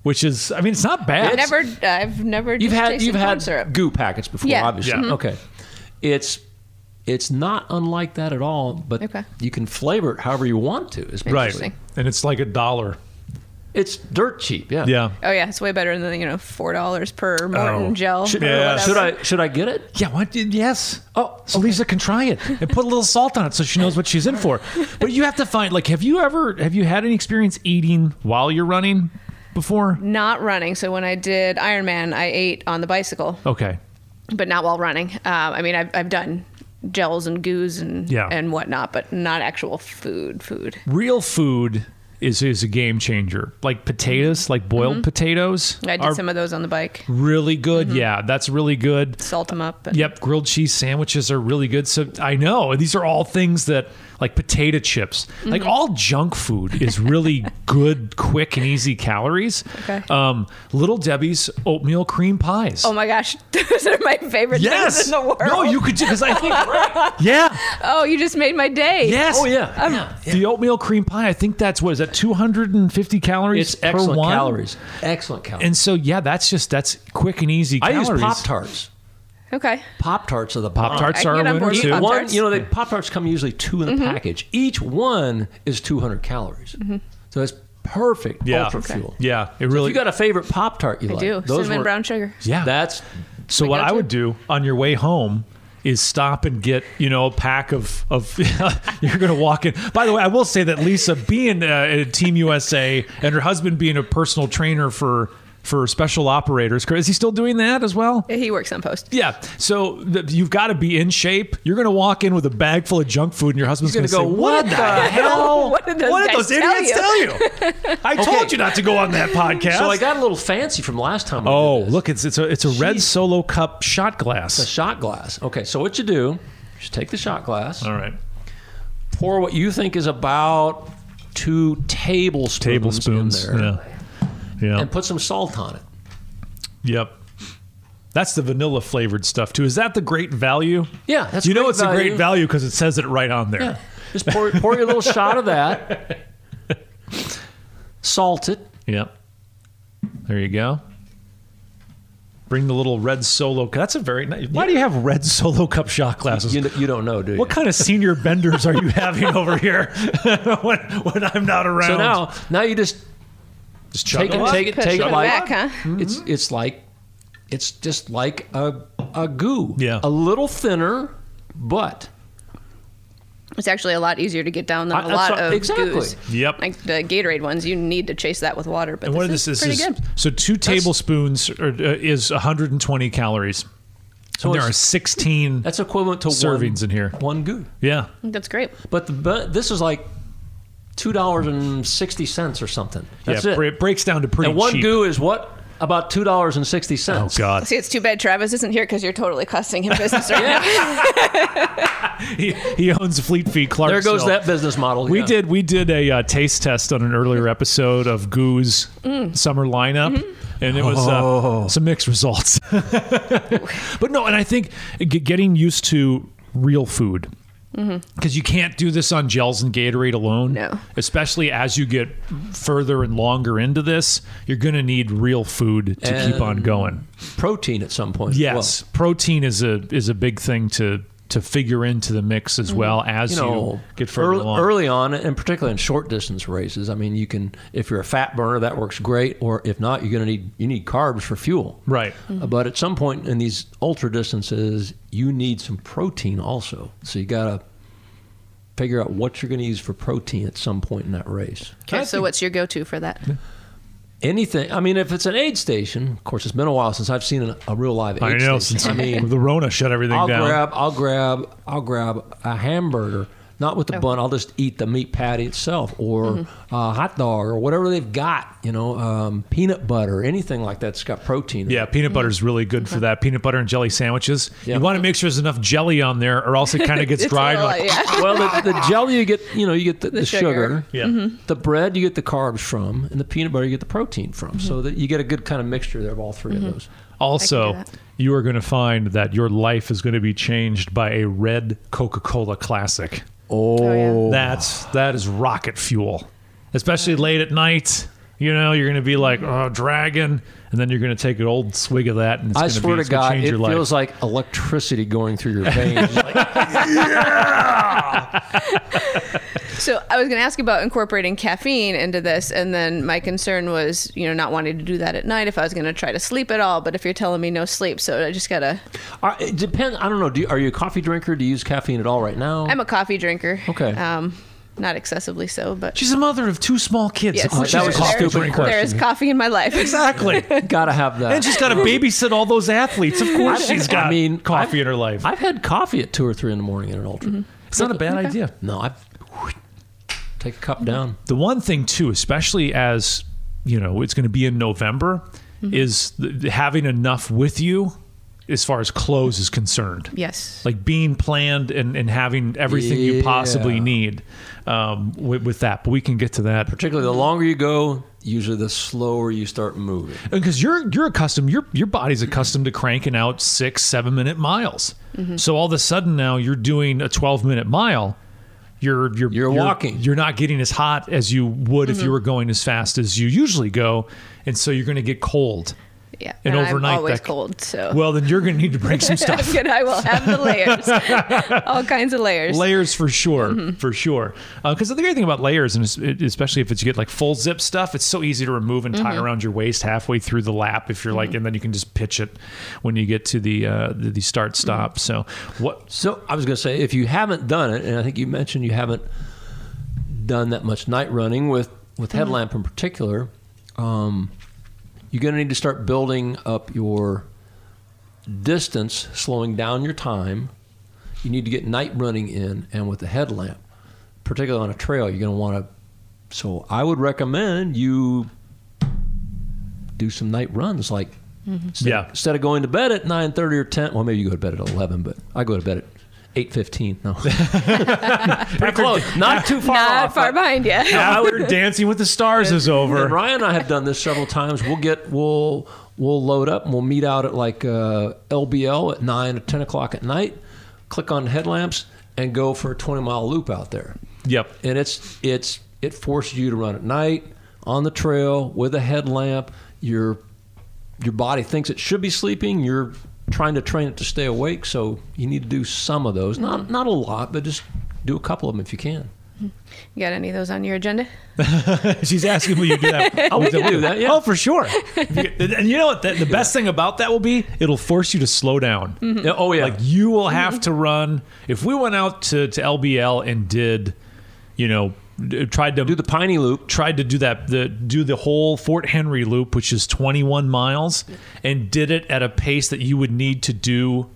which is I mean it's not bad. I've never, I've never. You've just had tasted you've corn had syrup. goo packets before, Yeah. obviously. Yeah. Okay. It's it's not unlike that at all, but Okay. you can flavor it however you want to. Is right, Interesting. and it's like a dollar. It's dirt cheap. Yeah. Yeah. Oh yeah, it's way better than you know four dollars per Morton Oh. gel. Should, or Yeah. whatever. should I should I get it? Yeah, what? Yes. Oh, so Lisa can try it and put a little salt on it so she knows what she's in for. But you have to find like, have you ever have you had any experience eating while you're running before? Not running. So when I did Ironman, I ate on the bicycle. Okay. but not while running. Um, I mean, I've, I've done gels and goos and Yeah. and whatnot, but not actual food. Food. Real food is is a game changer. Like potatoes, like boiled potatoes Mm-hmm. I did are some of Mm-hmm. those on the bike. really good. Yeah, that's really good. Salt them up. And Yep, grilled cheese sandwiches are really good. So I know these are all things that like potato chips, Mm-hmm. like all junk food is really good, quick and easy calories. Okay. Um, Little Debbie's oatmeal cream pies. Oh my gosh, those are my favorite yes. things in the world. No, you could because I think yeah, Oh, you just made my day. yes. Um, Oh yeah. yeah. The oatmeal cream pie. I think that's what is that 250 calories. It's per excellent one? calories. Excellent calories. And so yeah, that's just that's quick and easy. I Calories. use Pop Tarts. Okay. Pop Tarts are the bomb. Pop Tarts I can are get on a winner board with too. Pop-Tarts. One, you know, the Pop Tarts come usually two in Mm-hmm. the package. Each one is 200 calories. So it's perfect Yeah. ultra Okay. fuel. Yeah, it If really. you got a favorite Pop Tart you I like, do. those Cinnamon were- brown sugar. yeah, That's So what I go-to? would do on your way home is stop and get you know a pack of of you're gonna walk in. By the way, I will say that Lisa being uh, at Team USA and her husband being a personal trainer for for special operators, is he still doing that as well? He works on post. Yeah. So th- you've got to be in shape. You're gonna walk in with a bag full of junk food, and your husband's He's gonna, gonna say, go, "What "What the the hell? What did those guys tell idiots you?" tell you? I told you not to go on that podcast." so I got a little fancy from last time. I Oh, did this. look! It's it's a it's a red Jeez. solo cup shot glass. a shot glass. Okay, so what you do? is You take the shot glass, All right. pour what you think is about two tablespoons, tablespoons. in there, Yeah. Yeah. and put some salt on it. yep. That's the vanilla flavored stuff too. Is that the great value? Yeah, that's you know great it's a great value because it says it right on there. Yeah. Just pour, pour your little shot of that. Salt it. Yep. There you go. Bring the little red solo. That's a very nice. Why do you have red solo cup shot glasses? You, you don't know, do you? what kind of senior benders are you having over here when, when I'm not around? so now, now you just just chug take them it, up. Mm-hmm. take it, Put take it it like back, huh? it's it's like it's just like a a goo. Yeah. a little thinner, but It's actually a lot easier to get down than I- a that's lot what- of exactly. goose. Yep. Like the Gatorade ones, you need to chase that with water. But And what this, this is, pretty is good. so two tablespoons or, uh, is 120 calories. and there it's- are 16. That's equivalent to Servings in one, here. One goo. yeah. That's great. But the but this is like two dollars and sixty cents or something. That's yeah. it. br- It breaks down to pretty and one cheap. goo is what about two dollars and sixty oh, cents? God. See, it's too bad Travis isn't here because you're totally costing him business right now. he, he owns Fleet Feet Clark. There goes that business model. We yeah. did we did a uh, taste test on an earlier episode of Goo's Mm. summer lineup, Mm-hmm. and it was Oh. uh, some mixed results. but no, and I think g- getting used to real food because Mm-hmm. you can't do this on gels and Gatorade alone. No. especially as you get further and longer into this, you're going to need real food to keep on And- going. protein at some point. as well. Yes, protein is a is a big thing to to figure into the mix as well as Mm-hmm. you you, know, get further early, along. early on, and particularly in short distance races. I mean, you can if you're a fat burner, that works great. Or if not, you're going to need you need carbs for fuel. Right. Uh, But at some point in these ultra distances, you need some protein also. So you got to figure out what you're going to use for protein at some point in that race. Okay, so what's your go-to for that? Anything. I mean, if it's an aid station, of course, it's been a while since I've seen a, a real live aid I know. station. Since I mean, the Rona shut everything I'll down. grab, I'll grab, I'll grab a hamburger, not with the bun. I'll just eat the meat patty itself, or Mm-hmm. a hot dog, or whatever they've got. You know, um, peanut butter, anything like that's got protein. in it. yeah, peanut butter is really good for that. Peanut butter and jelly sandwiches. Mm-hmm. Yeah. You want to make sure there's enough jelly on there, or else it kind of gets dry. and Well, like, yeah. Well, the, the jelly you get, you know, you get the, the, sugar. sugar. Mm-hmm. yeah. The bread you get the carbs from, and the peanut butter you get the protein from. Mm-hmm. So that you get a good kind of mixture there of all 3 of those. I Also, can do that. you are going to find that your life is going to be changed by a red Coca-Cola Classic. Oh, That's that is rocket fuel, especially late at night. You know, you're going to be like, oh, dragon, and then you're going to take an old swig of that, and it's I going swear be, to it's gonna God, change it your life. feels like electricity going through your veins. So I was going to ask about incorporating caffeine into this, and then my concern was, you know, not wanting to do that at night if I was going to try to sleep at all. But if you're telling me no sleep, so I just gotta. Are, it depends. I don't know. Do you, are you a coffee drinker? Do you use caffeine at all right now? I'm a coffee drinker. Okay. Um, not excessively so, but She's a mother of two small kids. yes, of course, that she's was a a coffee stupid drinker. question. There is coffee in my life. Exactly. gotta have that. And she's got to babysit all those athletes. Of course, she's got I mean, coffee I've- in her life. I've had coffee at two or three in the morning at an ultra. it's not a bad idea. No, I've take a cup down. The one thing too, especially as you know, it's going to be in November, is th- having enough with you as far as clothes is concerned. Yes. Like being planned and, and having everything you Yeah. possibly need um, with, with that. But we can get to that. Particularly the longer you go, usually the slower you start moving. because you're you're accustomed your your body's accustomed to cranking out six seven minute miles so all of a sudden now you're doing a 12 minute mile you're you're You're walking. you're not getting as hot as you would if you were going as fast as you usually go and so you're going to get cold Yeah. and, overnight I'm always that- cold, so well then you're going to need to break some stuff I'm gonna, I will have the layers, all kinds of layers. layers for sure Mm-hmm. for sure because the great thing about layers and es- especially if it's you get like full zip stuff it's so easy to remove and Mm-hmm. tie around your waist halfway through the lap if you're like and then you can just pitch it when you get to the uh, the, the start Mm-hmm. stop so what So I was going to say, if you haven't done it, and I think you mentioned you haven't done that much night running with with headlamp in particular, um, you're going to need to start building up your distance, slowing down your time. You need to get night running in, and with the headlamp, particularly on a trail, you're going to want to. So I would recommend you do some night runs, like instead, Yeah. instead of going to bed at nine thirty or ten. Well, maybe you go to bed at eleven, but I go to bed at eight fifteen. No, pretty close, not too far. Not off, far but- behind you. after dancing with the stars is and over Ryan and I have done this several times. We'll get we'll we'll load up and we'll meet out at like uh, LBL at nine or ten o'clock at night. Click on headlamps and go for a twenty mile loop out there. yep And it's it's it forces you to run at night on the trail with a headlamp. Your your body thinks it should be sleeping. You're trying to train it to stay awake, so you need to do some of those. Not not a lot, but just do a couple of them if you can. You got any of those on your agenda? She's asking, will you do that? Oh, we can do that, yeah. Oh, for sure. and you know what? The, the best thing about that will be it'll force you to slow down. Mm-hmm. Yeah, Oh yeah. Like you will have to run. If we went out to, to LBL and did, you know, d- tried to do the piney loop. tried to do that the do the whole Fort Henry loop, which is 21 miles, and did it at a pace that you would need to do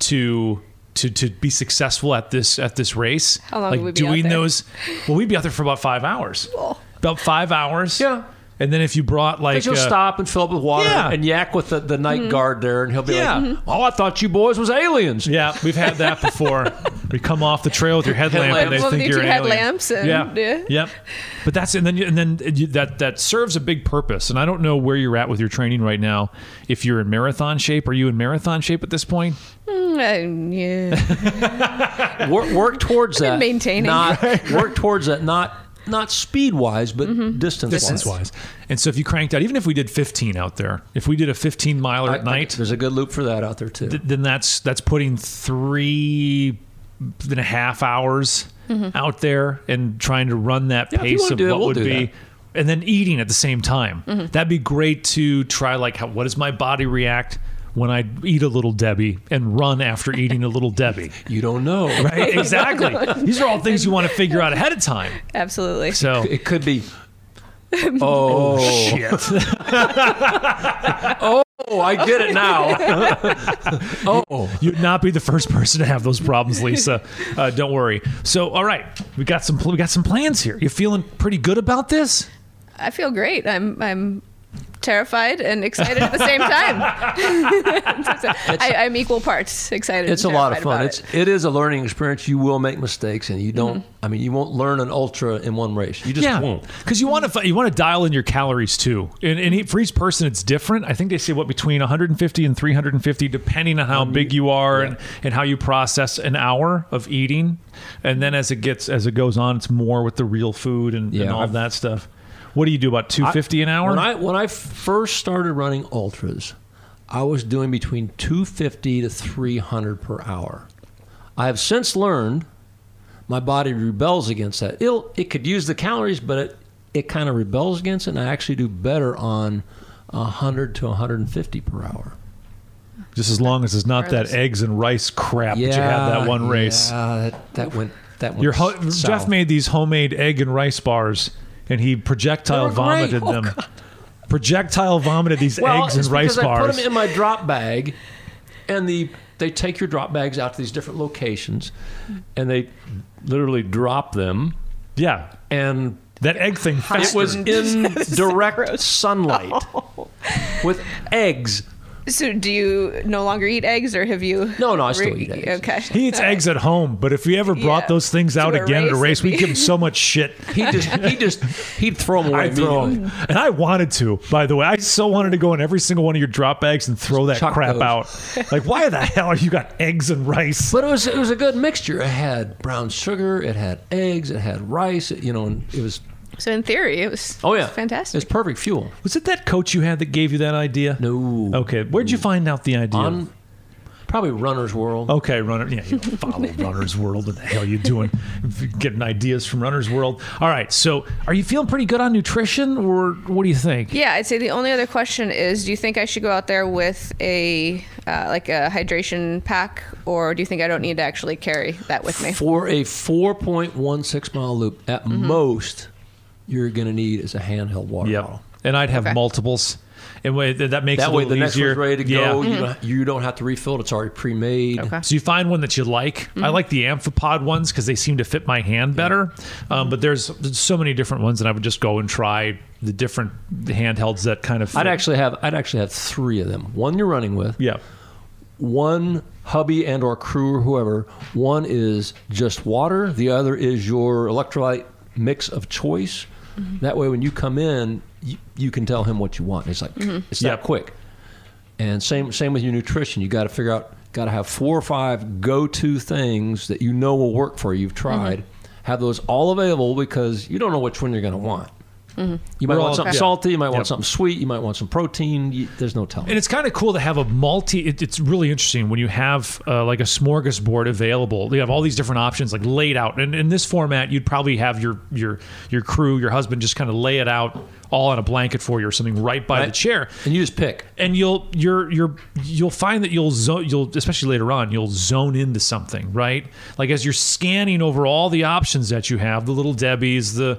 to to to be successful at this at this race. How long like would we be out doing there? Oh. those? Well, we'd be out there for about five hours. About five hours. Yeah. And then if you brought like He'll uh, stop and fill up with water Yeah. and yak with the, the night guard there, and he'll be Yeah. like, "Oh, I thought you boys was aliens." Yeah, we've had that before. we come off the trail with your headlamp, Headlamp. and they Well, think they you're do an alien. headlamps and- yeah. yeah. Yep. But that's and then you- and then you, that that serves a big purpose. And I don't know where you're at with your training right now. If you're in marathon shape, are you in marathon shape at this point? Mm, uh, yeah. Work, work towards that. maintaining. Not work towards that. Not not speed wise, but distance Distance wise. And so if you cranked out, even if we did 15 out there, if we did a 15 miler at night, There's a good loop for that out there too. th- then that's that's putting three and a half hours out there and trying to run that Mm-hmm. Yeah, if you pace wanna of do it, what we'll would do be that. Mm-hmm. and then eating at the same time that'd be great to try like how what does my body react when i eat a little debbie and run after eating a little debbie you don't know, right? right exactly these are all things you want to figure out ahead of time absolutely. so It could be. Oh, shit oh, I get it now. Oh. You'd not be the first person to have those problems, Lisa. Uh, don't worry. So, all right, we got some we got some plans here. You feeling pretty good about this? I feel great. I'm I'm terrified and excited at the same time. I, I'm equal parts excited. It's a and lot of terrified fun. about It's it. it is a learning experience. You will make mistakes, Mm-hmm. and you don't. I mean, you won't learn an ultra in one race. You just won't. Because you want to you want to dial in your calories too, and, and he- for each person it's different. I think they say what between 150 and 350, depending on how big you are and, and how you process an hour of eating, and then as it gets as it goes on, it's more with the real food and, and Yeah, all of I've- that stuff. What do you do about 250 an hour? When I when I first started running ultras, I was doing between 250 to 300 per hour. I have since learned my body rebels against that. It'll, it could use the calories, but it it kind of rebels against it. And I actually do better on 100 to 150 per hour. Just as long as it's not that Regardless. eggs and rice crap that you had that one race. Yeah, that, that went that went. Your ho- s- Jeff south. made these homemade egg and rice bars, and he projectile They were great. vomited Oh, them. Projectile vomited these well, eggs and it's rice because I put bars. them in my drop bag, and the they take your drop bags out to these different locations, and they literally drop them, yeah, and that egg thing it was festered. in direct sunlight with eggs. So, do you no longer eat eggs, or have you? No, no, I still eat eggs. Okay. He eats eggs at home, but if we ever brought Yeah. those things out To a again at a race, race, we it'd give him so much shit. He just he just he'd throw them away. I throw immediately. them, and I wanted to. By the way, I so wanted to go in every single one of your drop bags and throw that Chuck crap those. out. Like, why the hell are you got eggs and rice? But it was it was a good mixture. It had brown sugar, it had eggs, it had rice. It, you know, and it was So, in theory, it was. oh yeah, fantastic. It's perfect fuel. Was it that coach you had that gave you that idea? No, Okay, where'd you find out the idea? on probably Runner's World. okay, runner. Yeah, you don't follow Runner's World. What the hell are you doing? Getting ideas from Runner's World. All right. So, are you feeling pretty good on nutrition, or what do you think? Yeah, I'd say the only other question is: Do you think I should go out there with a uh, like a hydration pack, or do you think I don't need to actually carry that with me? Mm-hmm. For a 4.16 mile loop, at most, you're going to need is a handheld water Yep. bottle. And I'd have Okay. multiples. multiples. And way that makes That it a way, little the next easier. one's ready to Yeah. Mm-hmm. go. You, don't, you don't have to refill it. It's already pre-made. Mm-hmm. Okay. Mm-hmm. So you find one that you like. I like the amphipod ones because they seem to fit my hand better. Um, Mm-hmm. but there's, there's so many different ones, and I would just go and try the different handhelds that kind of. Fit. I'd actually have I'd actually have three of them. One you're running with. Yeah. One hubby and or crew or whoever. One is just water. The other is your electrolyte mix of choice. That way, when you come in, you, you can tell him what you want. It's like it's Yep. that quick. And same same with your nutrition. You got to figure out, got to have four or five go-to things that you know will work for you. You've tried. Have those all available because you don't know which one you're going to want. You might We're want all- something yeah. salty. You might want Yep. something sweet. You might want some protein. You, there's no telling. And it's kind of cool to have a multi. It, it's really interesting when you have uh, like a smorgasbord available. You have all these different options like laid out. And in this format, you'd probably have your your your crew, your husband, just kind of lay it out all on a blanket for you or something right by the Right. chair. and you just pick. And you'll you're you're you'll find that you'll zone you'll especially later on you'll zone into something right like as you're scanning over all the options that you have the little debbies the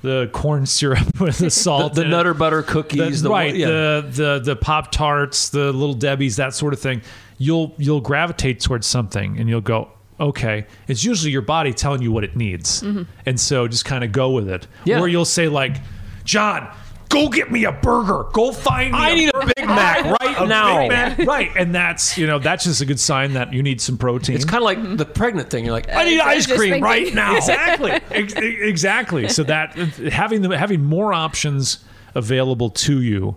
the corn syrup with the The, salt the in it. Nutter Butter cookies. The- the one- right, yeah. the the the pop tarts, the little debbies, that sort of thing. You'll you'll gravitate towards something, and you'll go, okay. It's usually your body telling you what it needs, and so just kind of go with it. Mm-hmm. Yeah. Or you'll say like, John. Go get me a burger. Go find me. I need a burger." Big Mac right A Big now. Mac, right, and that's you know that's just a good sign that you need some protein. It's kind of like the pregnant thing. You're like, I I need need I ice was ice just cream cream. thinking- right now. Exactly. Ex- e-, exactly. So that having the having more options available to you,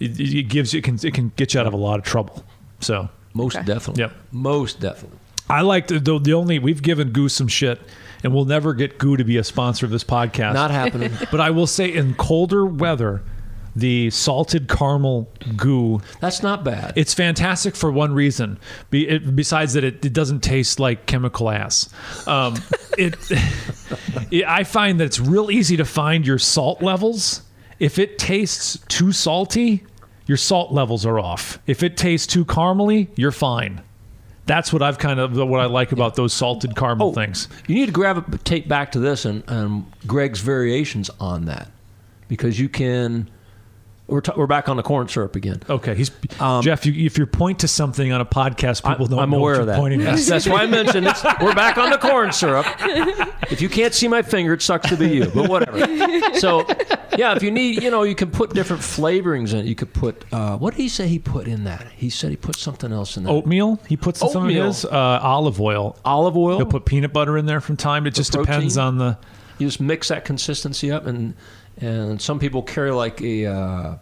it, it gives it can it can get you out of a lot of trouble. So Most Okay. definitely. Yep. Most definitely. I like the, the the only we've given Goo some shit, and we'll never get Goo to be a sponsor of this podcast. Not happening. but I will say in colder weather, the salted caramel goo That's not bad. it's fantastic for one reason. Be, it, besides that, it, it doesn't taste like chemical ass. Um, it, it- I find that it's real easy to find your salt levels. If it tastes too salty, your salt levels are off. If it tastes too caramely, you're fine. That's what I've kind of what I like about those salted caramel Oh, things. You need to grab a tape back to this and, and Greg's variations on that because you can. We're, t- we're back on the corn syrup again. Okay, he's Jeff. You, if you point to something on a podcast, people don't Um, I'm know aware what of you're that. pointing at. That's, that's why I mentioned this. We're back on the corn syrup. If you can't see my finger, it sucks to be you, but whatever. So, yeah, if you need, you know, you can put different flavorings in it. You could put, uh, what did he say he put in that? He said he put something else in that. Oatmeal. He puts in some of Oatmeal. his uh, olive oil. Olive oil. He'll put peanut butter in there from time. It just protein? depends on the. you just mix that consistency up and and some people carry like a uh,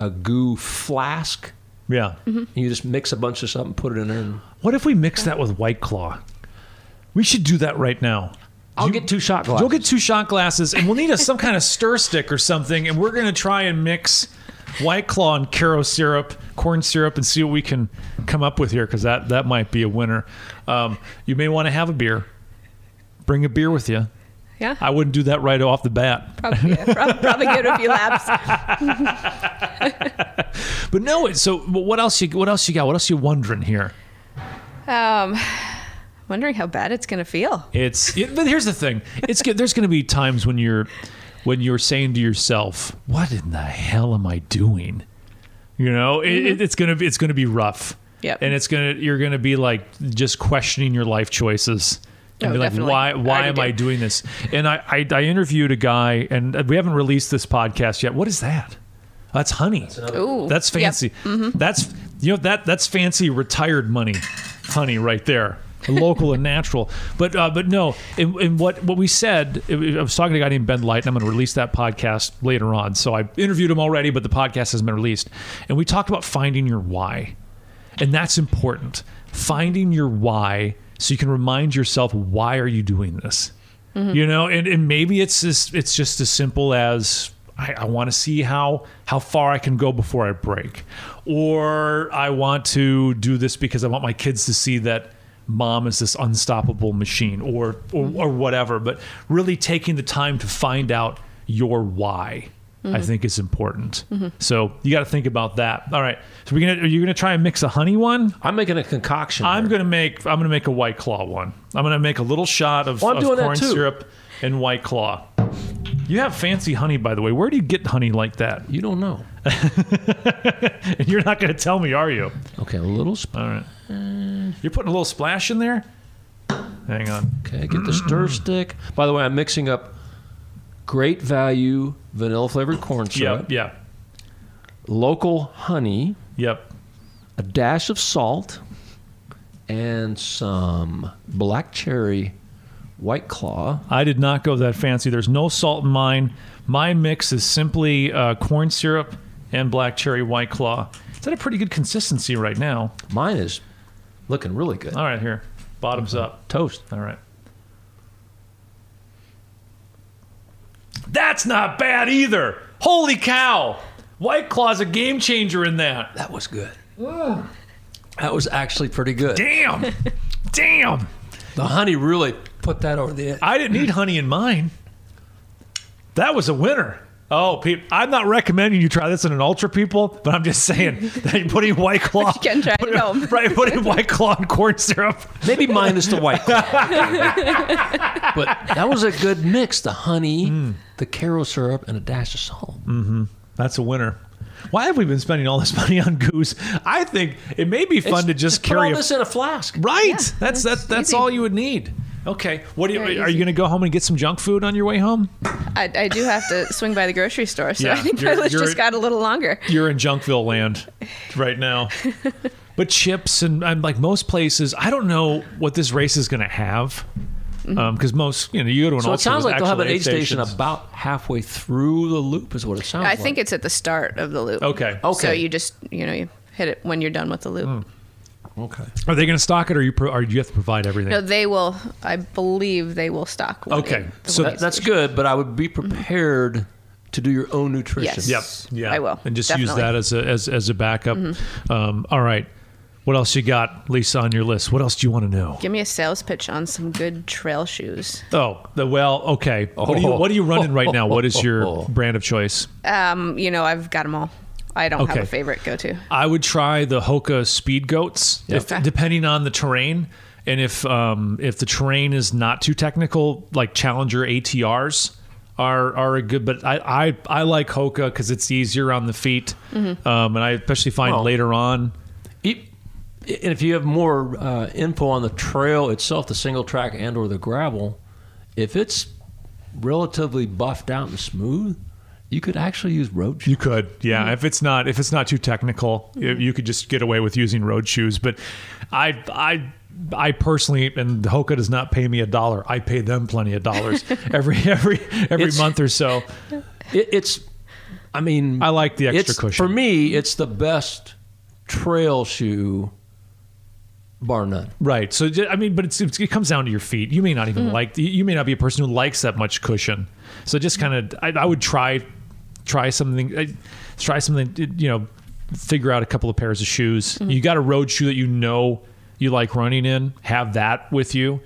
a goo flask Yeah. and you just mix a bunch of stuff and put it in there and What if we mix that with White Claw? We should do that right now. I'll get two shot glasses. You'll get two shot glasses, and we'll need a, some kind of stir stick or something, and we're gonna try and mix White Claw and Caro syrup, corn syrup, and see what we can come up with here, because that that might be a winner. Um, you may want to have a beer. Bring a beer with you. Yeah. I wouldn't do that right off the bat. Probably, yeah, prob- probably good if you lapse. But no, it's- so what else you what else you got? What else you wondering here? Um, wondering how bad it's gonna feel. It's it, but here's the thing. It's go- there's going to be times when you're when you're saying to yourself, "What in the hell am I doing?" You know, it, it, it's gonna be it's gonna be rough. Mm-hmm. Yep. And it's gonna you're gonna be like just questioning your life choices. And Oh, be like, definitely. why I why already am do. I doing this? And I, I I interviewed a guy and we haven't released this podcast yet. What is that? That's honey. Uh, Ooh, That's Yep. Mm-hmm. fancy. That's you know that that's fancy retired money, honey, right there. Local and natural, but uh, but no. And, and what what we said, I was talking to a guy named Ben Light, and I'm going to release that podcast later on. So I interviewed him already, but the podcast hasn't been released. And we talked about finding your why, and that's important. Finding your why, so you can remind yourself why are you doing this. You know, and, and maybe it's as, it's just as simple as I, I want to see how how far I can go before I break, or I want to do this because I want my kids to see that mom is this unstoppable machine, or or, or whatever. But really taking the time to find out your why. I Mm-hmm. think is important. So you got to think about that. All right. So we're gonna are you gonna try and mix a honey one? i'm making a concoction I'm here. gonna make I'm gonna make a white claw one. I'm gonna make a little shot of, Oh, I'm of doing that corn too. syrup and white claw. You have fancy honey, by the way. Where do you get honey like that? you don't know And you're not gonna tell me, are you? okay a little sp- All right. You're putting a little splash in there. Hang on. okay get the stir Mm-hmm. stick by the way i'm mixing up great value vanilla flavored corn Yep. syrup Yeah. local honey Yep. a dash of salt and some black cherry white claw I did not go that fancy. There's no salt in mine. My mix is simply uh, corn syrup and black cherry white claw. It's at a pretty good consistency right now. Mine is looking really good. All right, here. Bottoms up. Toast. All right. That's That's not bad either. Holy cow. White Claw's a game changer in that. That was good. That was actually pretty good. Damn. Damn. The honey really put that over the edge. I didn't need honey in mine. That was a winner. Oh, Pete, I'm not recommending you try this in an ultra, people, but I'm just saying that putting White Claw. you can try it at putting- home. Right, putting White Claw and corn syrup. Maybe minus the white claw. but that was a good mix. The honey, Mm. the caro syrup, and a dash of salt. That's a winner. Why have we been spending all this money on goose? I think it may be fun to just put all carry a this in a flask. Right. Yeah, that's that's that's that's easy. all you would need. Okay. What do you, Very are you easy. going to go home and get some junk food on your way home? I, I do have to swing by the grocery store, so Yeah, I think you're- my list you're- just got a little longer. You're in Junkville land right now. but chips and I'm like most places, I don't know what this race is going to have. because most, you know, you go to an Mm-hmm. So it ultra sounds with like they'll have actual an aid station stations. about halfway through the loop, is what it sounds I like. think it's at the start of the loop. Oh, Okay. Mm. Okay. So you just you know you hit it when you're done with the loop. Okay. Are they going to stock it, or you pro- or do you have to provide everything? No, they will. I believe they will stock. One Okay, in the so one That, that's station. good, but I would be prepared to do your own nutrition. Mm-hmm. Yes. Yep. Yeah. I will, And just use definitely. that as a as, as a backup. Mm-hmm. Um, all right. What else you got, Lisa, on your list? What else do you want to know? Give me a sales pitch on some good trail shoes. Oh, the well, okay. What, are you, Oh. what are you running right now? What is your brand of choice? Um, you know, I've got them all. I don't Okay. have a favorite go to. I would try the Hoka Speed Goats, if, Okay. depending on the terrain. And if um, if the terrain is not too technical, like Challenger ATRs are are a good. But I I, I like Hoka because it's easier on the feet, um, and I especially find Mm-hmm. Well- later on. E- And if you have more uh, info on the trail itself, the single track and or the gravel, if it's relatively buffed out and smooth, you could actually use road shoes. You could, yeah. If it's not if it's not too technical, you- Mm-hmm. you could just get away with using road shoes. But I I I personally and Hoka does not pay me a dollar. I pay them plenty of dollars every every every It's- month or so. It, it's, I mean, I like the extra it's, cushion. For me, it's the best trail shoe, bar none. Right. So ju- I mean, but it's, it's, it comes down to your feet. You may not even Mm-hmm. like. You you may not be a person who likes that much cushion. So just kind of, I, I would try, try something, I- try something. You know, figure out a couple of pairs of shoes. Mm-hmm. You got a road shoe that you know you like running in. Have that with you.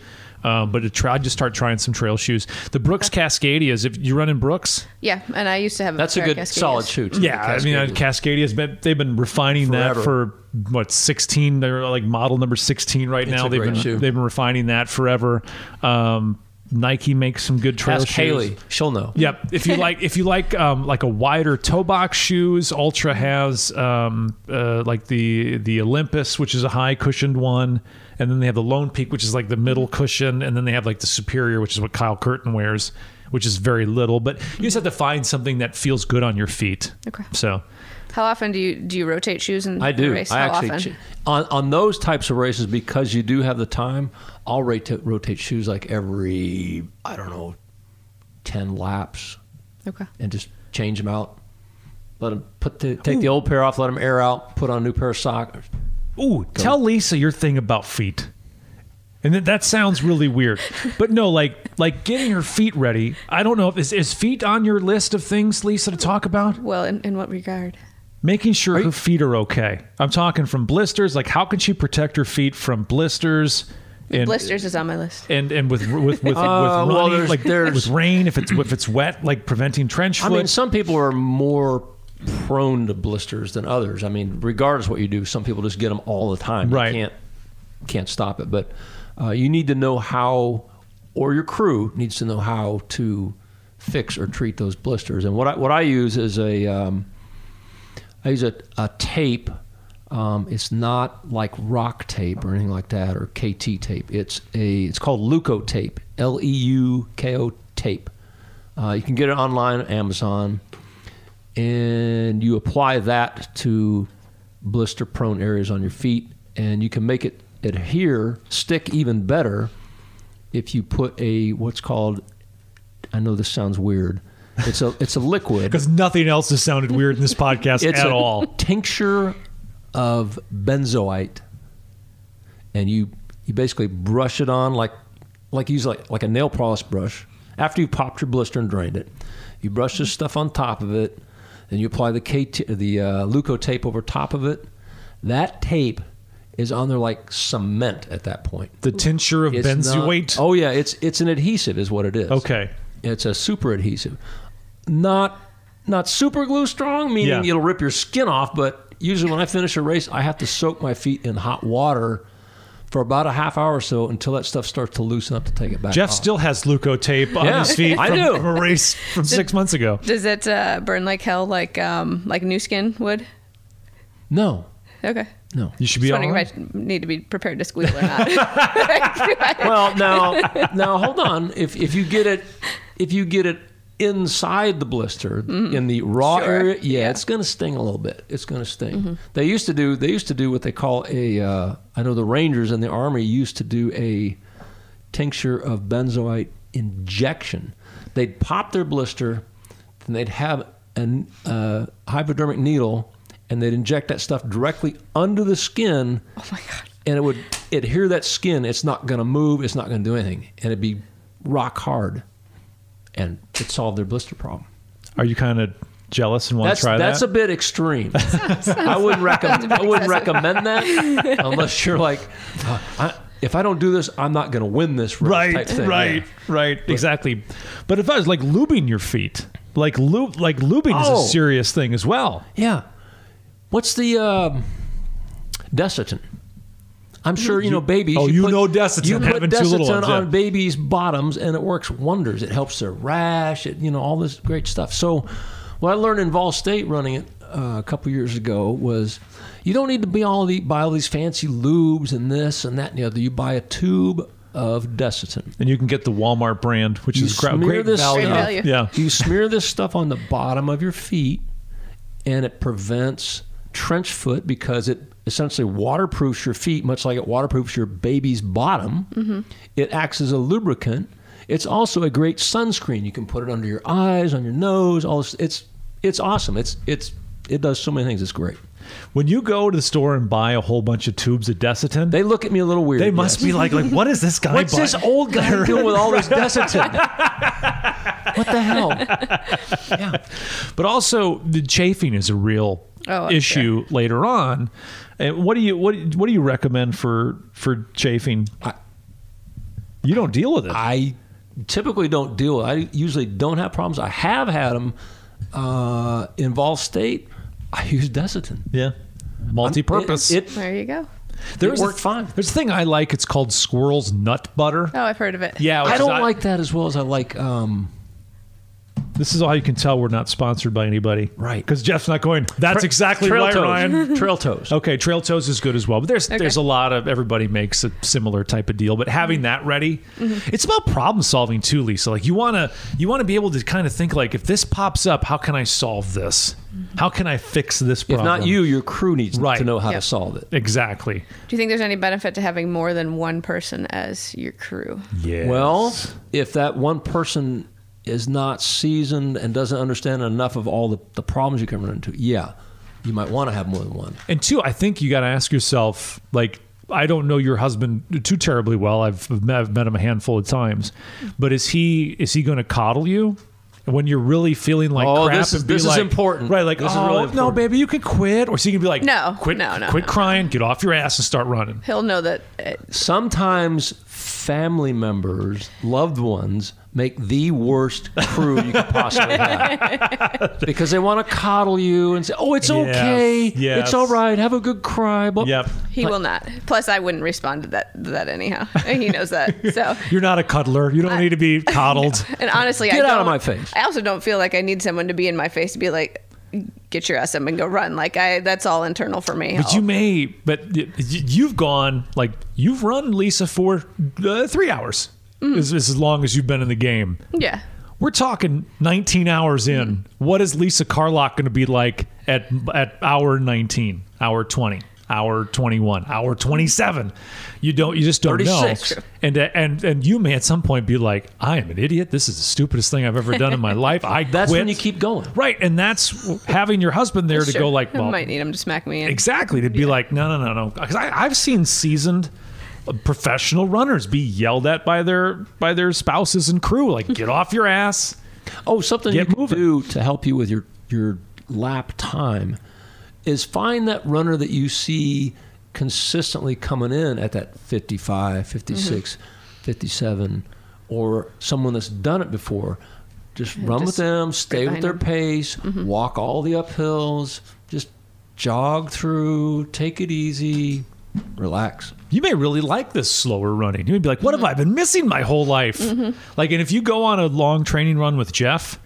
Um, but to try, I'd just start trying some trail shoes. The Brooks Cascadias. If you run in Brooks, Yeah, and I used to have. A That's a pair of good, Cascadias. solid shoe. too, yeah, I mean, uh, Cascadia. Cascadia's been, they've been refining that Forever. for what 16 they're like model number 16 right now. a They've great been shoe. they've been refining that forever. Um, Nike makes some good trail Ask shoes. Haley. She'll know. Yep. If you like, if you like, um, like a wider toe box shoes, Ultra has um, uh, like the the Olympus, which is a high cushioned one, and then they have the Lone Peak, which is like the middle cushion, and then they have like the Superior, which is what Kyle Curtin wears, which is very little. But you just have to find something that feels good on your feet. Okay. So How often do you do you rotate shoes in I the do. race? I How actually often? ch- on on those types of races because you do have the time. I'll rotate rotate shoes like every I don't know ten laps okay. and just change them out. Let them put the take the old pair off. Let them air out. Put on a new pair of socks. Ooh, tell Lisa your thing about feet. And that, that sounds really weird. But no, like like getting her feet ready. I don't know if is, is feet on your list of things, Lisa, to talk about? Well, in, in what regard? Making sure her feet are okay. I'm talking from blisters, like how can she protect her feet from blisters and Blisters is on my list. and and with with with, with well, running, there's- like there's- with rain if it's if it's wet, like preventing trench I foot. mean, some people are more prone to blisters than others. I mean, regardless what you do, some people just get them all the time. Right. You can't can't stop it. But uh, you need to know how, or your crew needs to know how to fix or treat those blisters. And what I what I use is a um, I use a, a tape. Um, it's not like rock tape or anything like that or KT tape. It's a it's called Leuco tape. L E U K O tape. Uh, you can get it online at Amazon, and you apply that to blister-prone areas on your feet, and you can make it adhere, stick even better if you put a what's called. I know this sounds weird. It's a it's a liquid. because nothing else has sounded weird in this podcast it's at a all. tincture of benzoate, and you you basically brush it on like like you use like like a nail polish brush, After you popped your blister and drained it, you brush this stuff on top of it, and you apply the KT, the uh, Luco tape over top of it. That tape is on there like cement at that point. The tincture of It's not- benzoate. oh yeah, it's it's an adhesive is what it is. okay. It's a super adhesive. Not not super glue strong, meaning Yeah. it'll rip your skin off, but usually when I finish a race, I have to soak my feet in hot water for about a half hour or so until that stuff starts to loosen up to take it back. Jeff off. still has Luco tape on Yeah, his feet I from, do. from a race from six months ago. Does it uh, burn like hell, like um, like new skin would? No. Okay. No. You should be Just all wondering right. if I need to be prepared to squeal or not. Well, now now hold on. If if you get it if you get it inside the blister in the raw Sure. area, yeah, Mm-hmm. Yeah. it's going to sting a little bit. It's going to sting. They used to do they used to do what they call a uh, I know the Rangers and the Army used to do a tincture of benzoate injection. They'd pop their blister, then they'd have a uh, hypodermic needle, and they'd inject that stuff directly under the skin. Oh my god! And it would adhere that skin. It's not going to move. It's not going to do anything, and it'd be rock hard. And it solved their blister problem. Are you kind of jealous and want That's to try that's that? a bit extreme. I wouldn't recommend. I wouldn't recommend that unless you're like, "Uh, I, if I don't do this, I'm not going to win this race. type right, thing. right, right, exactly. But if I was like lubing your feet, like lube, like lubing Oh. is a serious thing as well. Yeah. What's the um, Desitin? I'm sure you know babies. oh, you know Desitin, You put having two little Desitin ones, yeah. on babies' bottoms, and it works wonders. It helps their rash. It, you know all this great stuff. So, what I learned in Vol State running it uh, a couple years ago was, you don't need to be all the buy all these fancy lubes and this and that and the other. You buy a tube of Desitin. And you can get the Walmart brand, which You is gra- smear great this value. stuff- Great value. Yeah. you smear this stuff on the bottom of your feet and it prevents trench foot because it essentially waterproofs your feet much like it waterproofs your baby's bottom Mm-hmm. it acts as a lubricant it's also a great sunscreen you can put it under your eyes on your nose all this, it's it's awesome it's it's it does so many things it's great When you go to the store and buy a whole bunch of tubes of Desitin, they look at me a little weird They must yes. be like, like, what is this guy? What's buying? this old guy doing with all this desitin? what the hell? Yeah. But also, the chafing is a real Oh, okay. issue later on. And what do you what what do you recommend for for chafing? I- you don't deal with it. I typically don't deal. with I usually don't have problems. I have had them uh, in Vol State. I use Desitin. yeah, multi-purpose. It, it, there you go. There's a- worked fine. There's a thing I like. It's called squirrel's nut butter. Oh, I've heard of it. Yeah, which I is don't not- like that as well as I like. Um, This is all you can tell. We're not sponsored by anybody, Right. Because Jeff's not going. That's tra- exactly trail right, toes. Ryan. Trail toes. Okay, trail toes is good as well, but there's there's a lot of everybody makes a similar type of deal. But having Mm-hmm. that ready, it's about problem solving too, Lisa. Like you wanna you wanna be able to kind of think like if this pops up, how can I solve this? How can I fix this Mm-hmm. If problem? not you, your crew needs Right. to know how to Yep. solve it. exactly. Do you think there's any benefit to having more than one person as your crew? Yeah. Well, if that one person is not seasoned and doesn't understand enough of all the, the problems you can run into, yeah, you might want to have more than one. And two, I think you got to ask yourself, like, I don't know your husband too terribly well. I've met, I've met him a handful of times, but is he is he going to coddle you when you're really feeling like Oh, crap? this is- and be this is like- important. right? Like, This is oh really no, important." baby, you can quit, or is he going to be like, No, quit, no, no, quit no, no. crying, get off your ass and start running. He'll know that. uh, It, sometimes family members, loved ones, make the worst crew you could possibly have because they want to coddle you and say, "Oh, it's Yes, okay, yes. it's all right, have a good cry." But Yep, he will not. Plus, I wouldn't respond to that to that anyhow. He knows that. So. you're not a cuddler. You don't need to be coddled. And honestly, Get I out of don't- my face. I also don't feel like I need someone to be in my face to be like, "Get your ass up and go run." Like I, that's all internal for me. But you may, but y- y- you've gone like you've run Lisa for uh, three hours, Mm. as, as long as you've been in the game. yeah. We're talking 19 hours in. What is Lisa Carlock going to be like at at hour 19, hour 20, hour 21, hour 27? You don't. You just don't 36. know. And and and you may at some point be like, I am an idiot. This is the stupidest thing I've ever done in my life. I that's quit. when you keep going. right, and that's having your husband there to Sure. go like, I well, might need him to smack me in. exactly to be like, no, no, no, no, because I've seen seasoned uh, professional runners be yelled at by their by their spouses and crew like get off your ass. Oh, something Get you can moving. do to help you with your your lap time is find that runner that you see consistently coming in at that Mm-hmm. 55, 56, 57 or someone that's done it before. Just run with just them, stay with behind their them. Mm-hmm. pace, walk all the uphills, just jog through, take it easy, relax. You may really like this slower running. You may be like, what have I been missing my whole life? Like, and if you go on a long training run with Jeff,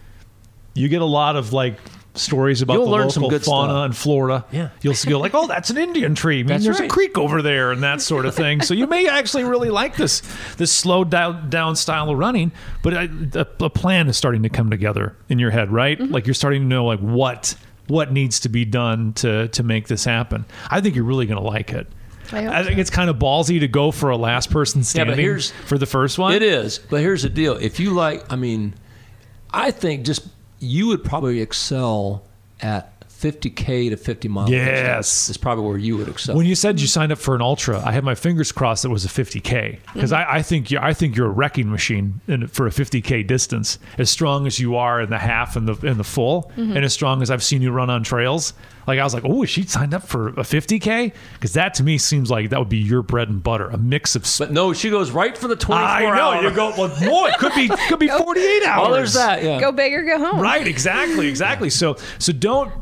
you get a lot of like stories about You'll the learn local some good fauna stuff. in Florida. Yeah. You'll see, like, oh, that's an Indian tree. I mean, That's there's right. a creek over there and that sort of thing. so you may actually really like this this slow down, down style of running, but I, a, a plan is starting to come together in your head, right? Mm-hmm. Like you're starting to know like what what needs to be done to to make this happen. I think you're really going to like it. I hope I think it's kind of ballsy to go for a last person standing here's- for the first one. It is, but here's the deal. If you like, I mean, I think just you would probably excel at 50k to 50 miles. Yes. is probably where you would excel. When you said you signed up for an ultra, I had my fingers crossed it was a 50k because I, I think you I think you're a wrecking machine in, for a 50k distance. As strong as you are in the half and the in the full, and as strong as I've seen you run on trails, like I was like, oh, is she signed up for a 50k? Because that to me seems like that would be your bread and butter, a mix of. Sp- but no, she goes right for the 24 I know hour. you go well, more. It could be could be 48 hours. Oh, there's that. Yeah. Go big or go home. Right, exactly, exactly. So so don't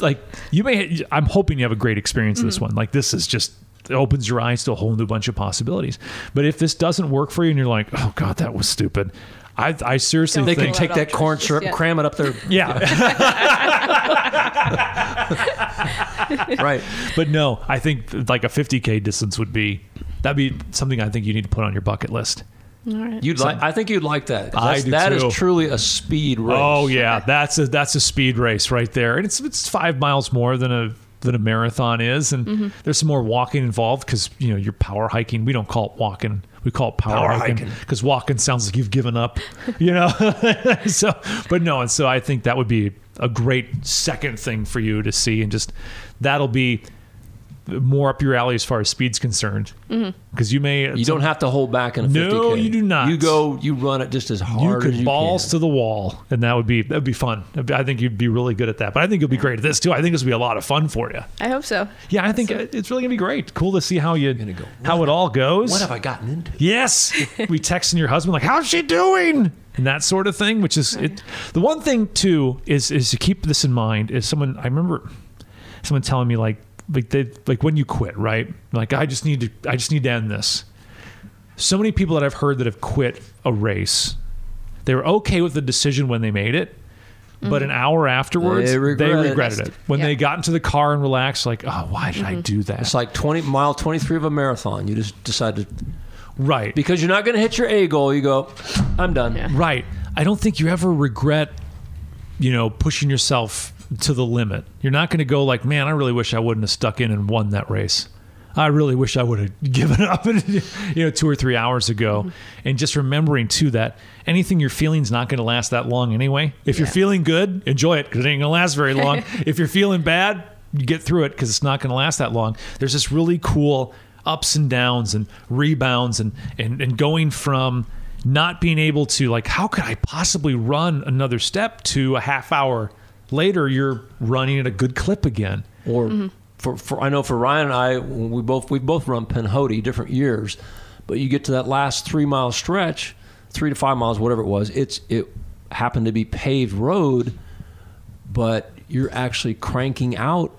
like you may I'm hoping you have a great experience in this one. Like this is just it opens your eyes to a whole new bunch of possibilities. But if this doesn't work for you and you're like, "Oh god, that was stupid." I I seriously They can think take that corn syrup, and Yeah. cram it up there. yeah, right. but no, I think like a 50k distance would be that'd be something I think you need to put on your bucket list. You'd like. I think you'd like that. 'cause I that's- do that is too. truly a speed race. Oh yeah, that's a that's a speed race right there, and it's it's five miles more than a than a marathon is, and there's some more walking involved because you know you're power hiking. We don't call it walking. We call it power, Power hiking because walking sounds like you've given up, you know. so, but no, and so I think that would be a great second thing for you to see, and just that'll be more up your alley as far as speed's concerned, because you may You don't have to hold back in a 50k. No, you do not. You go. You run it just as hard you as could you balls can. to the wall, and that would be that'd be fun. That'd be- I think you'd be really good at that. But I think you'll be great at this too. I think this will be a lot of fun for you. I hope so. Yeah, I think it- it's really gonna be great. Cool to see how you go, how it all goes. What have I gotten into? Yes, we texting your husband like, "How's she doing?" and that sort of thing. Which is it, the one thing too is is to keep this in mind. Is someone I remember someone telling me like like they like when you quit, right? Like I just need to I just need to end this. So many people that I've heard that have quit a race, they were okay with the decision when they made it. But an hour afterwards, They they, regret it. regretted it. When Yeah. they got into the car and relaxed, like, oh, why did I do that? It's like 20 mile 23 of a marathon. You just decide to right. because you're not going to hit your A goal. You go, I'm done. Yeah. Right. I don't think you ever regret, you know, pushing yourself to the limit. You're not going to go like, man, I really wish I wouldn't have stuck in and won that race. I really wish I would have given up, you know, two or three hours ago. And just remembering too that anything you're feeling is not going to last that long anyway. If you're Yeah. feeling good, enjoy it because it ain't going to last very long. if you're feeling bad, get through it because it's not going to last that long. There's this really cool ups and downs and rebounds and and and going from not being able to like how could I possibly run another step to a half hour later you're running at a good clip again. Or for, for I know for Ryan and I, we both we both run Penhody different years, but you get to that last three mile stretch, three to five miles, whatever it was. It's it happened to be paved road, but you're actually cranking out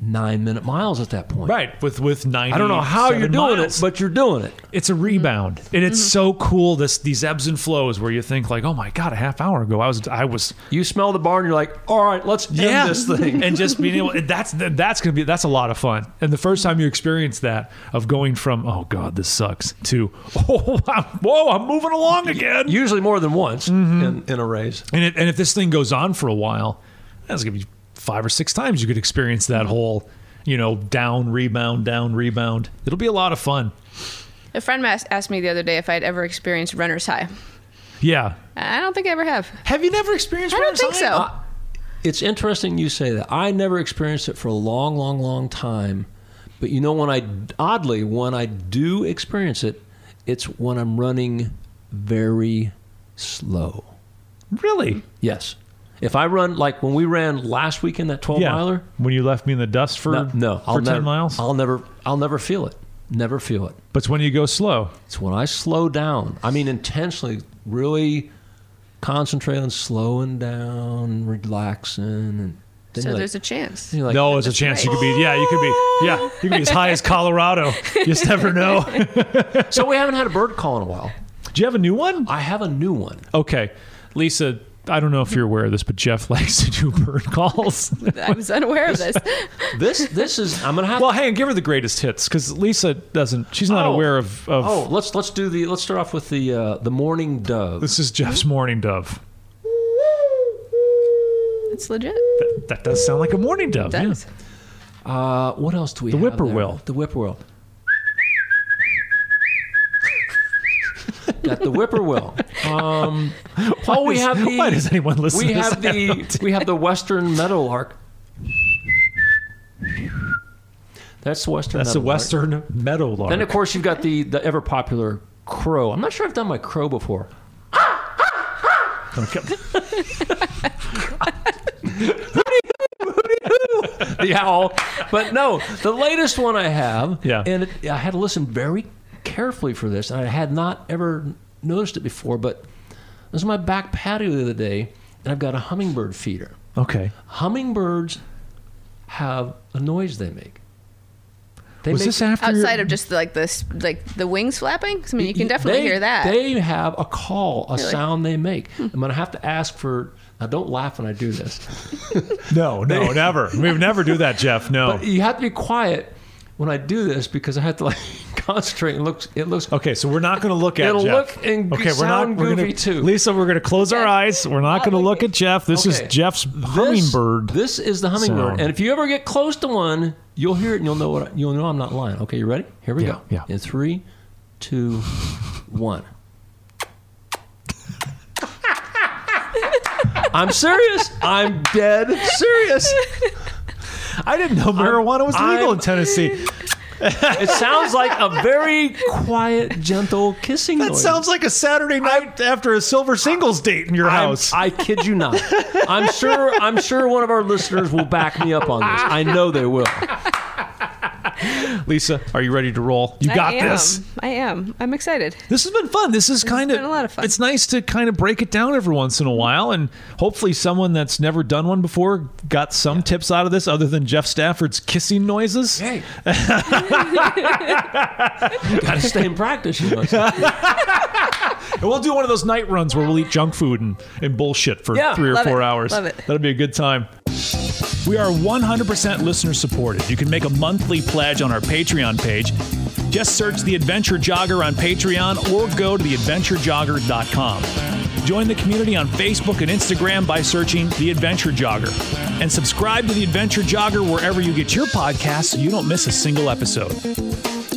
nine minute miles at that point. Right, with with 90 I don't know how you're doing it, but you're doing it. it's a rebound Mm-hmm. and it's so cool this these ebbs and flows where you think like oh my god a half hour ago i was i was You smell the barn, you're like, all right, let's end yeah this thing. and just being able that's that's gonna be that's a lot of fun and the first time you experience that of going from oh god this sucks to oh I'm, whoa i'm moving along again Usually more than once in, in a race. and, it, and if this thing goes on for a while that's gonna be five or six times you could experience that whole you know down rebound down rebound it'll be a lot of fun A friend mas- asked me the other day if I'd ever experienced runner's high. yeah I don't think I ever have. have you never experienced I don't runner's think high? so. It's interesting you say that. I never experienced it for a long, long, long time But you know, when I oddly when I do experience it, it's when I'm running very slow. Really? Yes. If I run like when we ran last weekend that 12 miler, When you left me in the dust for no, no, for I'll ten never, miles, I'll never, I'll never feel it. Never feel it. but it's when you go slow. It's when I slow down. I mean, intentionally, really concentrate on slowing down, and relaxing, and then So you're there's a like, chance. then you're like, no, there's a chance you could be. Yeah, you could be. Yeah, you could be as high as Colorado. You just never know. So we haven't had a bird call in a while. Do you have a new one? I have a new one. Okay, Lisa. I don't know if you're aware of this, but Jeff likes to do bird calls. I was unaware of this. This, this is. I'm gonna have. well, hang on, give her the greatest hits because Lisa doesn't. She's not Oh. aware of. of oh, let's let's do the. Let's start off with the uh, the morning dove. This is Jeff's morning dove. It's legit. That, that does sound like a morning dove. yeah. Does. Uh, what else do we The have? there? whippoorwill. The whippoorwill. Got the whippoorwill. Um, oh, we does- have the. why does anyone listen We to this? have I the. We have the western meadowlark. That's the western. That's a meadowlark. western meadowlark. Then of course you've got the the ever popular crow. I'm not sure I've done my crow before. Okay. the owl. But no, the latest one I have, Yeah. and it, I had to listen very carefully for this, and I had not ever noticed it before. But this is my back patio the other day, and I've got a hummingbird feeder. okay. Hummingbirds have a noise they make. They Was make, this after your- Outside of just like this, like the wings flapping. 'Cause, I mean, you can definitely they- hear that. They have a call, a Really? Hmm. sound they make. I'm going to have to ask for. Now, don't laugh when I do this. No, no, never. We would never do that, Jeff. No. But you have to be quiet when I do this because I have to like concentrate. It looks. It looks okay, so we're not going to look at It'll Jeff. look and okay, sound we're goofy, gonna, too. Lisa, we're going to close our eyes. We're not going to look at Jeff. This Okay. is Jeff's hummingbird. This is the hummingbird, sound. and if you ever get close to one, you'll hear it, and you'll know what you'll know. I'm not lying. Okay, you ready? Here we Yeah, go. yeah. In three, two, one. I'm serious. I'm dead serious. I didn't know marijuana was legal I'm- in Tennessee. It sounds like a very quiet, gentle kissing That noise. sounds like a Saturday night after a silver singles date in your I'm- house. I kid you not. I'm sure. I'm sure one of our listeners will back me up on this. I know they will. Lisa, are you ready to roll? You got I am. this. I am. I'm excited. This has been fun. This is kind of been a lot of fun. It's nice to kind of break it down every once in a while, and hopefully, someone that's never done one before got some tips out of this, other than Jeff Stafford's kissing noises. Hey. Gotta stay in practice, you know. And we'll do one of those night runs where we'll eat junk food and, and bullshit for Yeah, three or love four it, hours. love it. That'll be a good time. We are 100% listener supported. You can make a monthly pledge on our Patreon page. Just search The Adventure Jogger on Patreon or go to theadventurejogger.com. Join the community on Facebook and Instagram by searching The Adventure Jogger. And subscribe to The Adventure Jogger wherever you get your podcasts so you don't miss a single episode.